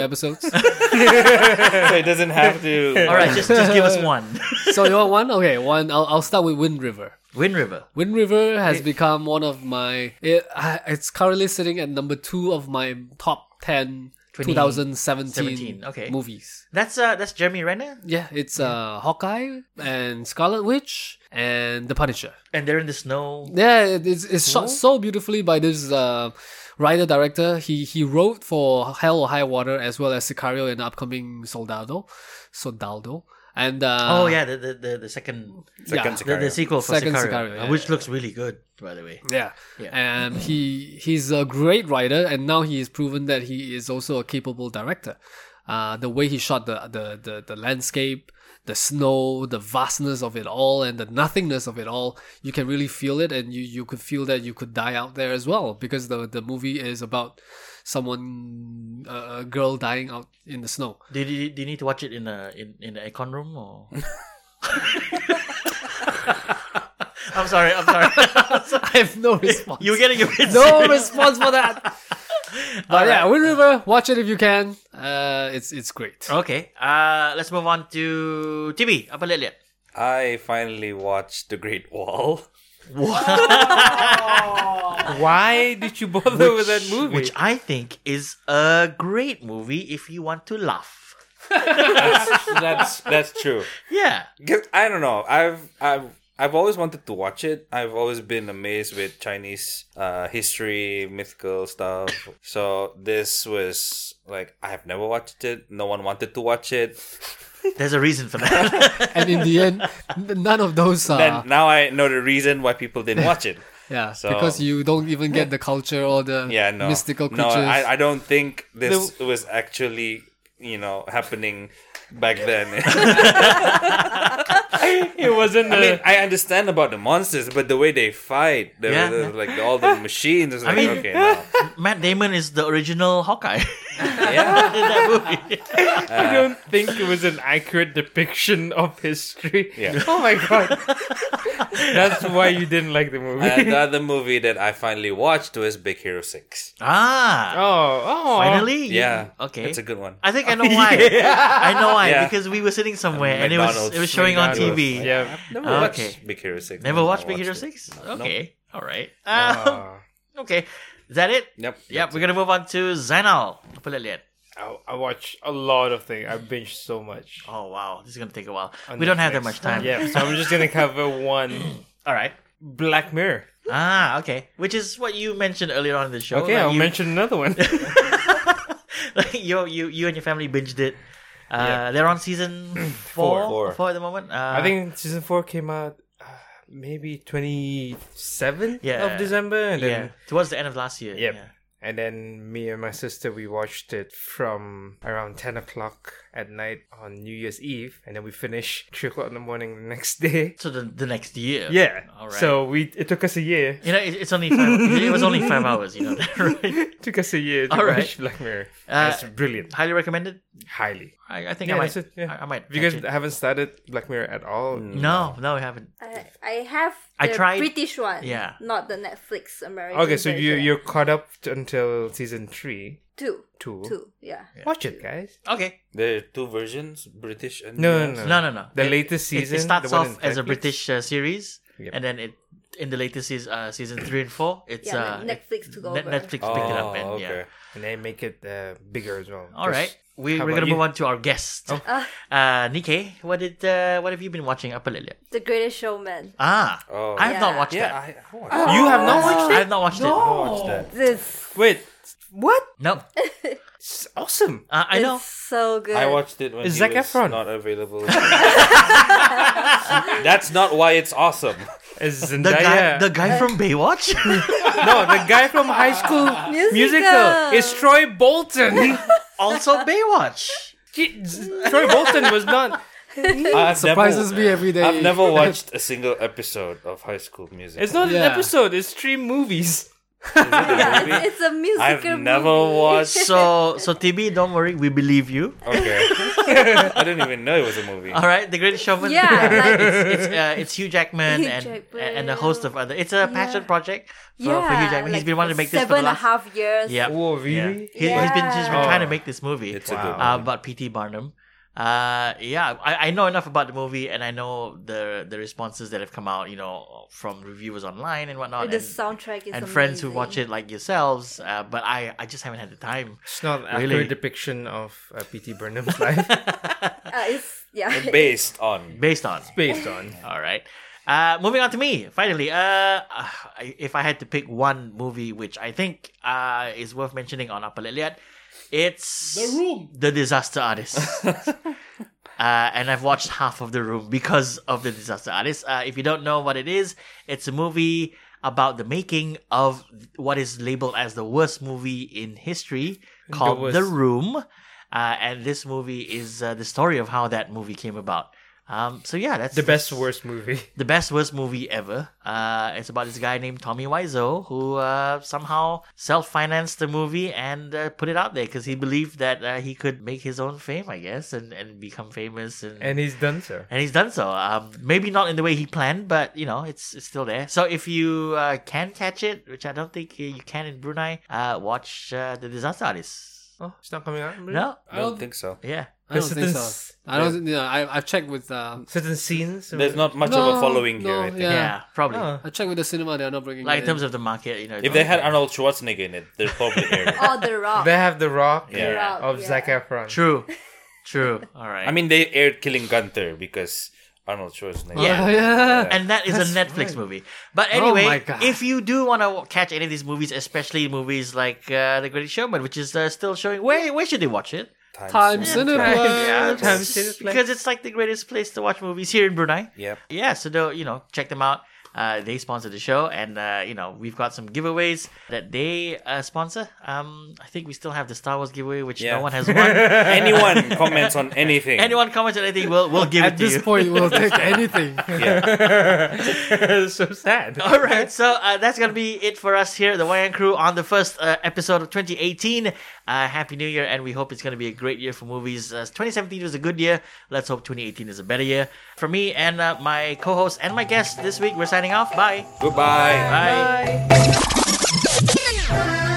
Speaker 2: few episodes.
Speaker 3: so it doesn't have to.
Speaker 1: All right. Just just give us one.
Speaker 2: so you want one? Okay, one. I'll I'll start with Wind River.
Speaker 1: Wind River.
Speaker 2: Wind River has become one of my. It, I, it's currently sitting at number two of my top ten 2017
Speaker 1: 17, okay.
Speaker 2: movies.
Speaker 1: That's uh that's Jeremy Renner,
Speaker 2: Yeah, it's uh, Hawkeye and Scarlet Witch and The Punisher.
Speaker 1: and they're in the snow.
Speaker 2: Yeah, it- it's it's shot so beautifully by this uh, writer director. He he wrote for Hell or High Water as well as Sicario and upcoming Soldado, Soldado. And uh,
Speaker 1: Oh yeah, the the, the, the second
Speaker 3: Second
Speaker 2: Yeah.
Speaker 1: the, the
Speaker 3: Sicario.
Speaker 1: sequel for
Speaker 2: Second
Speaker 1: Sicario,
Speaker 2: Sicario,
Speaker 1: uh,
Speaker 2: yeah,
Speaker 1: which
Speaker 2: yeah.
Speaker 1: looks really good, by the way.
Speaker 2: Yeah.
Speaker 1: Yeah.
Speaker 2: And he he's a great writer and now he has proven that he is also a capable director. Uh, the way he shot the, the, the, the landscape, the snow, the vastness of it all and the nothingness of it all, you can really feel it and you, you could feel that you could die out there as well because the, the movie is about someone, a a girl dying out in the snow.
Speaker 1: Do you, do you need to watch it in a in in the aircon room or? I'm sorry. I'm sorry.
Speaker 2: I have no response.
Speaker 1: You're getting a bit
Speaker 2: no
Speaker 1: serious.
Speaker 2: response for that. But yeah, Wind River, watch it if you can. Uh, it's it's great.
Speaker 1: Okay. Uh, let's move on to TB. Apa lihat lihat?
Speaker 3: I finally watched The Great Wall.
Speaker 4: Why did you bother with that movie?
Speaker 1: Which I think is a great movie if you want to laugh.
Speaker 3: That's that's true.
Speaker 1: Yeah.
Speaker 3: 'Cause I don't know. I've I've I've always wanted to watch it. I've always been amazed with Chinese uh, history, mythical stuff. So this was like I have never watched it. No one wanted to watch it.
Speaker 1: There's a reason for that.
Speaker 2: and in the end, n- none of those are.
Speaker 3: Then now I know the reason why people didn't watch it.
Speaker 2: yeah,
Speaker 3: so-
Speaker 2: because you don't even get the culture or the
Speaker 3: Yeah, no,
Speaker 2: mystical
Speaker 3: No,
Speaker 2: creatures.
Speaker 3: I, I don't think this was actually you know happening back then.
Speaker 4: it wasn't
Speaker 3: I
Speaker 4: a-
Speaker 3: mean, I understand about the monsters, but the way they fight, the,
Speaker 1: Yeah.
Speaker 3: the- like the- all the machines, it's like,
Speaker 1: mean-
Speaker 3: okay, no.
Speaker 1: Matt Damon is the original Hawkeye
Speaker 3: yeah,
Speaker 1: in that movie.
Speaker 4: I don't think it was an accurate depiction of history.
Speaker 3: Yeah.
Speaker 4: Oh my god. That's why you didn't like the movie.
Speaker 3: And the other movie Uh, that I finally watched was Big Hero Six.
Speaker 1: Ah.
Speaker 4: oh, oh.
Speaker 1: Finally? You-
Speaker 3: Yeah,
Speaker 1: Okay.
Speaker 3: it's a good one.
Speaker 1: I think I know why. I know why
Speaker 3: Yeah.
Speaker 1: because we were sitting somewhere and it was
Speaker 3: McDonald's.
Speaker 1: it was showing on
Speaker 4: McDonald's.
Speaker 1: TV.
Speaker 4: Yeah.
Speaker 3: Never
Speaker 1: Okay.
Speaker 3: watched Big Hero Six.
Speaker 1: Never
Speaker 3: No,
Speaker 1: watched
Speaker 3: I
Speaker 1: Big Hero
Speaker 3: it.
Speaker 1: Six.
Speaker 3: Nope.
Speaker 1: Okay. All right. Um,
Speaker 4: Uh,
Speaker 1: okay. Is that it?
Speaker 3: Yep.
Speaker 1: Yep. We're gonna move on to Zainal. Apa lihat lihat?
Speaker 4: I, I watch a lot of things. I binge so much.
Speaker 1: Oh wow, this is gonna take a while.
Speaker 4: on
Speaker 1: we don't have that much
Speaker 4: Netflix.
Speaker 1: time.
Speaker 4: Yeah, so I'm just gonna cover one
Speaker 1: All right.
Speaker 4: Black Mirror.
Speaker 1: Ah, okay. Which is what you mentioned earlier on in the show.
Speaker 4: Okay,
Speaker 1: like
Speaker 4: I'll
Speaker 1: you,
Speaker 4: mention another one.
Speaker 1: like you, you, you and your family binged it. Uh,
Speaker 4: Yeah.
Speaker 1: They're on season four,
Speaker 3: Four.
Speaker 1: four at the moment. Uh,
Speaker 4: I think season four came out uh, maybe 27th
Speaker 1: Yeah.
Speaker 4: of December, and then
Speaker 1: yeah, towards the end of last year.
Speaker 4: Yep.
Speaker 1: Yeah.
Speaker 4: And then me and my sister we watched it from around ten o'clock at night on New Year's Eve, and then we finish three o'clock in the morning the next day.
Speaker 1: So the, the next year.
Speaker 4: Yeah.
Speaker 1: All right.
Speaker 4: So we it took us a year.
Speaker 1: You know, it, it's only five. it was only five hours. You know that, right?
Speaker 4: It took us a year to
Speaker 1: All right.
Speaker 4: watch Black Mirror.
Speaker 1: Uh,
Speaker 4: it's brilliant.
Speaker 1: Highly recommended.
Speaker 4: Highly.
Speaker 1: I, I think
Speaker 4: Yeah,
Speaker 1: I might.
Speaker 4: that's it, yeah.
Speaker 1: I, I might.
Speaker 4: If you guys
Speaker 1: catch it.
Speaker 4: haven't started Black Mirror at all,
Speaker 1: No, no, I haven't.
Speaker 5: I, I have
Speaker 1: I
Speaker 5: the
Speaker 1: tried-
Speaker 5: British one.
Speaker 1: Yeah.
Speaker 5: Not the Netflix American.
Speaker 4: okay, so you
Speaker 5: version.
Speaker 4: you're caught up t- until season three.
Speaker 5: two.
Speaker 4: Two.
Speaker 5: Two, yeah.
Speaker 4: Watch it, guys.
Speaker 1: Okay.
Speaker 3: There are two versions, British and
Speaker 4: No,
Speaker 3: US.
Speaker 4: no,
Speaker 1: No, no, no.
Speaker 4: The
Speaker 1: It-
Speaker 4: latest
Speaker 1: it-
Speaker 4: season.
Speaker 1: It, starts
Speaker 4: the one
Speaker 1: off
Speaker 4: in
Speaker 1: as a
Speaker 4: Netflix.
Speaker 1: British uh, series,
Speaker 4: Yep.
Speaker 1: and then it in the latest season, uh, season three and four, it's
Speaker 5: Yeah,
Speaker 1: uh,
Speaker 5: Net- Netflix took
Speaker 1: Net-
Speaker 5: over.
Speaker 1: Netflix picked it up,
Speaker 4: Oh,
Speaker 1: and
Speaker 3: Oh,
Speaker 1: yeah.
Speaker 4: and they make it uh, bigger as well.
Speaker 1: All right, we,
Speaker 4: how
Speaker 1: we're
Speaker 4: about
Speaker 1: gonna
Speaker 4: you?
Speaker 1: move on to our guest,
Speaker 5: Uh,
Speaker 1: uh, Nikkei. What did uh, what have you been watching, Apalelia?
Speaker 5: the Greatest Showman.
Speaker 1: Ah,
Speaker 3: Oh.
Speaker 1: I have not
Speaker 5: Yeah. Oh.
Speaker 1: watched
Speaker 3: Yeah,
Speaker 1: that.
Speaker 3: I, I watched
Speaker 4: You have not watched
Speaker 1: I
Speaker 4: it.
Speaker 1: have not watched
Speaker 3: I
Speaker 1: it.
Speaker 3: watched that.
Speaker 5: This
Speaker 4: Wait, what?
Speaker 1: No,
Speaker 4: It's awesome.
Speaker 1: uh, I know.
Speaker 5: is so good.
Speaker 3: I watched it when
Speaker 4: Is
Speaker 3: he
Speaker 4: Zac
Speaker 3: was
Speaker 4: Efron?
Speaker 3: not available. That's not why it's awesome.
Speaker 4: It's Zendaya.
Speaker 1: The guy, the guy from Baywatch.
Speaker 4: no, the guy from High School
Speaker 5: Musical.
Speaker 4: Musical. It's Troy Bolton.
Speaker 1: also Baywatch.
Speaker 4: Gee, Z- Troy Bolton was not.
Speaker 3: I've
Speaker 2: Surprises me every day.
Speaker 3: I've never watched a single episode of High School Musical.
Speaker 4: It's not
Speaker 2: Yeah.
Speaker 4: an episode. It's three movies.
Speaker 5: yeah, it's, it's a musical
Speaker 3: I've never
Speaker 5: movie.
Speaker 3: watched.
Speaker 1: So, so TB, don't worry, we believe you.
Speaker 3: Okay, I didn't even know it was a movie.
Speaker 1: All right, The Greatest Showman.
Speaker 5: Yeah, like-
Speaker 1: it's, it's, uh, it's Hugh Jackman
Speaker 5: Hugh
Speaker 1: and
Speaker 5: Jackman.
Speaker 1: and a host of other. It's a passion
Speaker 5: Yeah.
Speaker 1: project for,
Speaker 5: yeah,
Speaker 1: for Hugh Jackman. he's
Speaker 5: like
Speaker 1: been wanting to make this for
Speaker 5: seven
Speaker 1: the
Speaker 5: and a
Speaker 1: last.
Speaker 5: half years.
Speaker 1: Yeah.
Speaker 4: Oh,
Speaker 1: Yeah.
Speaker 4: really?
Speaker 1: He, has been just been
Speaker 5: Yeah.
Speaker 1: trying to make this movie
Speaker 3: Oh. It's a good
Speaker 1: uh,
Speaker 4: Wow.
Speaker 1: about P.T. Barnum. Uh, yeah, I, I know enough about the movie, and I know the the responses that have come out, you know, from reviewers online and whatnot,
Speaker 5: The
Speaker 1: and,
Speaker 5: soundtrack is
Speaker 1: and friends who
Speaker 5: amazing.
Speaker 1: watch it like yourselves. Uh, but I, I just haven't had the time.
Speaker 4: It's not an accurate
Speaker 1: Really?
Speaker 4: depiction of uh, P.T. Burnham's life.
Speaker 5: Uh, it's yeah.
Speaker 3: Based on
Speaker 1: Based on
Speaker 4: Based on.
Speaker 1: All right. Uh, moving on to me, finally. Uh, I- if I had to pick one movie which I think uh, is worth mentioning on Upper Liliad, it's
Speaker 2: The Room.
Speaker 1: The Disaster Artist. uh, and I've watched half of The Room because of The Disaster Artist. Uh, if you don't know what it is, it's a movie about the making of what is labeled as the worst movie in history called The,
Speaker 4: worst.
Speaker 1: Room. Uh, and this movie is uh, the story of how that movie came about. Um, so yeah, that's
Speaker 4: The best
Speaker 1: that's-
Speaker 4: worst movie.
Speaker 1: the best worst movie ever. Uh, it's about this guy named Tommy Wiseau who uh, somehow self-financed the movie and uh, put it out there because he believed that uh, he could make his own fame, I guess, and, and become famous. And, and
Speaker 4: And he's done so.
Speaker 1: he's done so. Um, maybe not in the way he planned, but you know, it's it's still there. So if you uh, can catch it, which I don't think you can in Brunei, uh, watch uh, the Disaster Artist.
Speaker 4: Oh, it's not coming out? really?
Speaker 1: No,
Speaker 2: I
Speaker 3: I don't
Speaker 2: don't,
Speaker 3: think so.
Speaker 1: yeah,
Speaker 2: I don't
Speaker 4: There's
Speaker 2: think
Speaker 4: certain
Speaker 2: so.
Speaker 4: s-
Speaker 2: I don't. Yeah, I I checked with um.
Speaker 4: Certain scenes.
Speaker 3: There's not much of a
Speaker 2: No,
Speaker 3: following here.
Speaker 2: no,
Speaker 3: I think.
Speaker 1: yeah,
Speaker 2: Yeah.
Speaker 1: probably.
Speaker 4: Oh.
Speaker 2: I checked with the cinema. They are not bringing.
Speaker 1: Like
Speaker 2: it
Speaker 1: in terms of the market, you know.
Speaker 3: If they had Arnold Schwarzenegger in it, they'd probably hear it.
Speaker 5: All the rock.
Speaker 4: They have The Rock
Speaker 5: The
Speaker 3: Yeah.
Speaker 5: Rock,
Speaker 4: of
Speaker 5: yeah.
Speaker 4: Zac Efron.
Speaker 1: true, true. All right.
Speaker 3: I mean, they aired Killing Gunther because Arnold Schwarzenegger.
Speaker 1: Yeah.
Speaker 2: Oh, yeah.
Speaker 1: and that is a
Speaker 4: That's
Speaker 1: Netflix
Speaker 4: right.
Speaker 1: movie. But
Speaker 2: Oh
Speaker 1: anyway,
Speaker 2: my God.
Speaker 1: if you do want to catch any of these movies, especially movies like uh, The Greatest Showman, which is uh, still showing, where where should they watch it?
Speaker 2: Time
Speaker 4: Right,
Speaker 2: cinema.
Speaker 4: yeah,
Speaker 2: Yes.
Speaker 4: time series, like-
Speaker 1: Because it's like the greatest place to watch movies here in Brunei.
Speaker 3: Yep.
Speaker 1: Yeah, so they'll, you know check them out. Uh, they sponsor the show, and uh, you know we've got some giveaways that they uh, sponsor. Um, I think we still have the Star Wars giveaway, which
Speaker 3: Yeah.
Speaker 1: no one has won.
Speaker 3: Anyone comments on anything?
Speaker 1: Anyone comments on anything, we'll we'll give it
Speaker 2: At
Speaker 1: to you.
Speaker 2: this point, we'll take anything.
Speaker 3: Yeah.
Speaker 4: so sad.
Speaker 1: All right, so uh, that's gonna be it for us here, at the YN Crew, on the first uh, episode of 2018. Uh, Happy New Year, and we hope it's gonna be a great year for movies. Uh, 2017 was a good year. Let's hope 2018 is a better year. For me and uh, my co-host and my guest this week, we're signing off. Bye.
Speaker 3: Goodbye.
Speaker 1: Bye.
Speaker 5: Bye.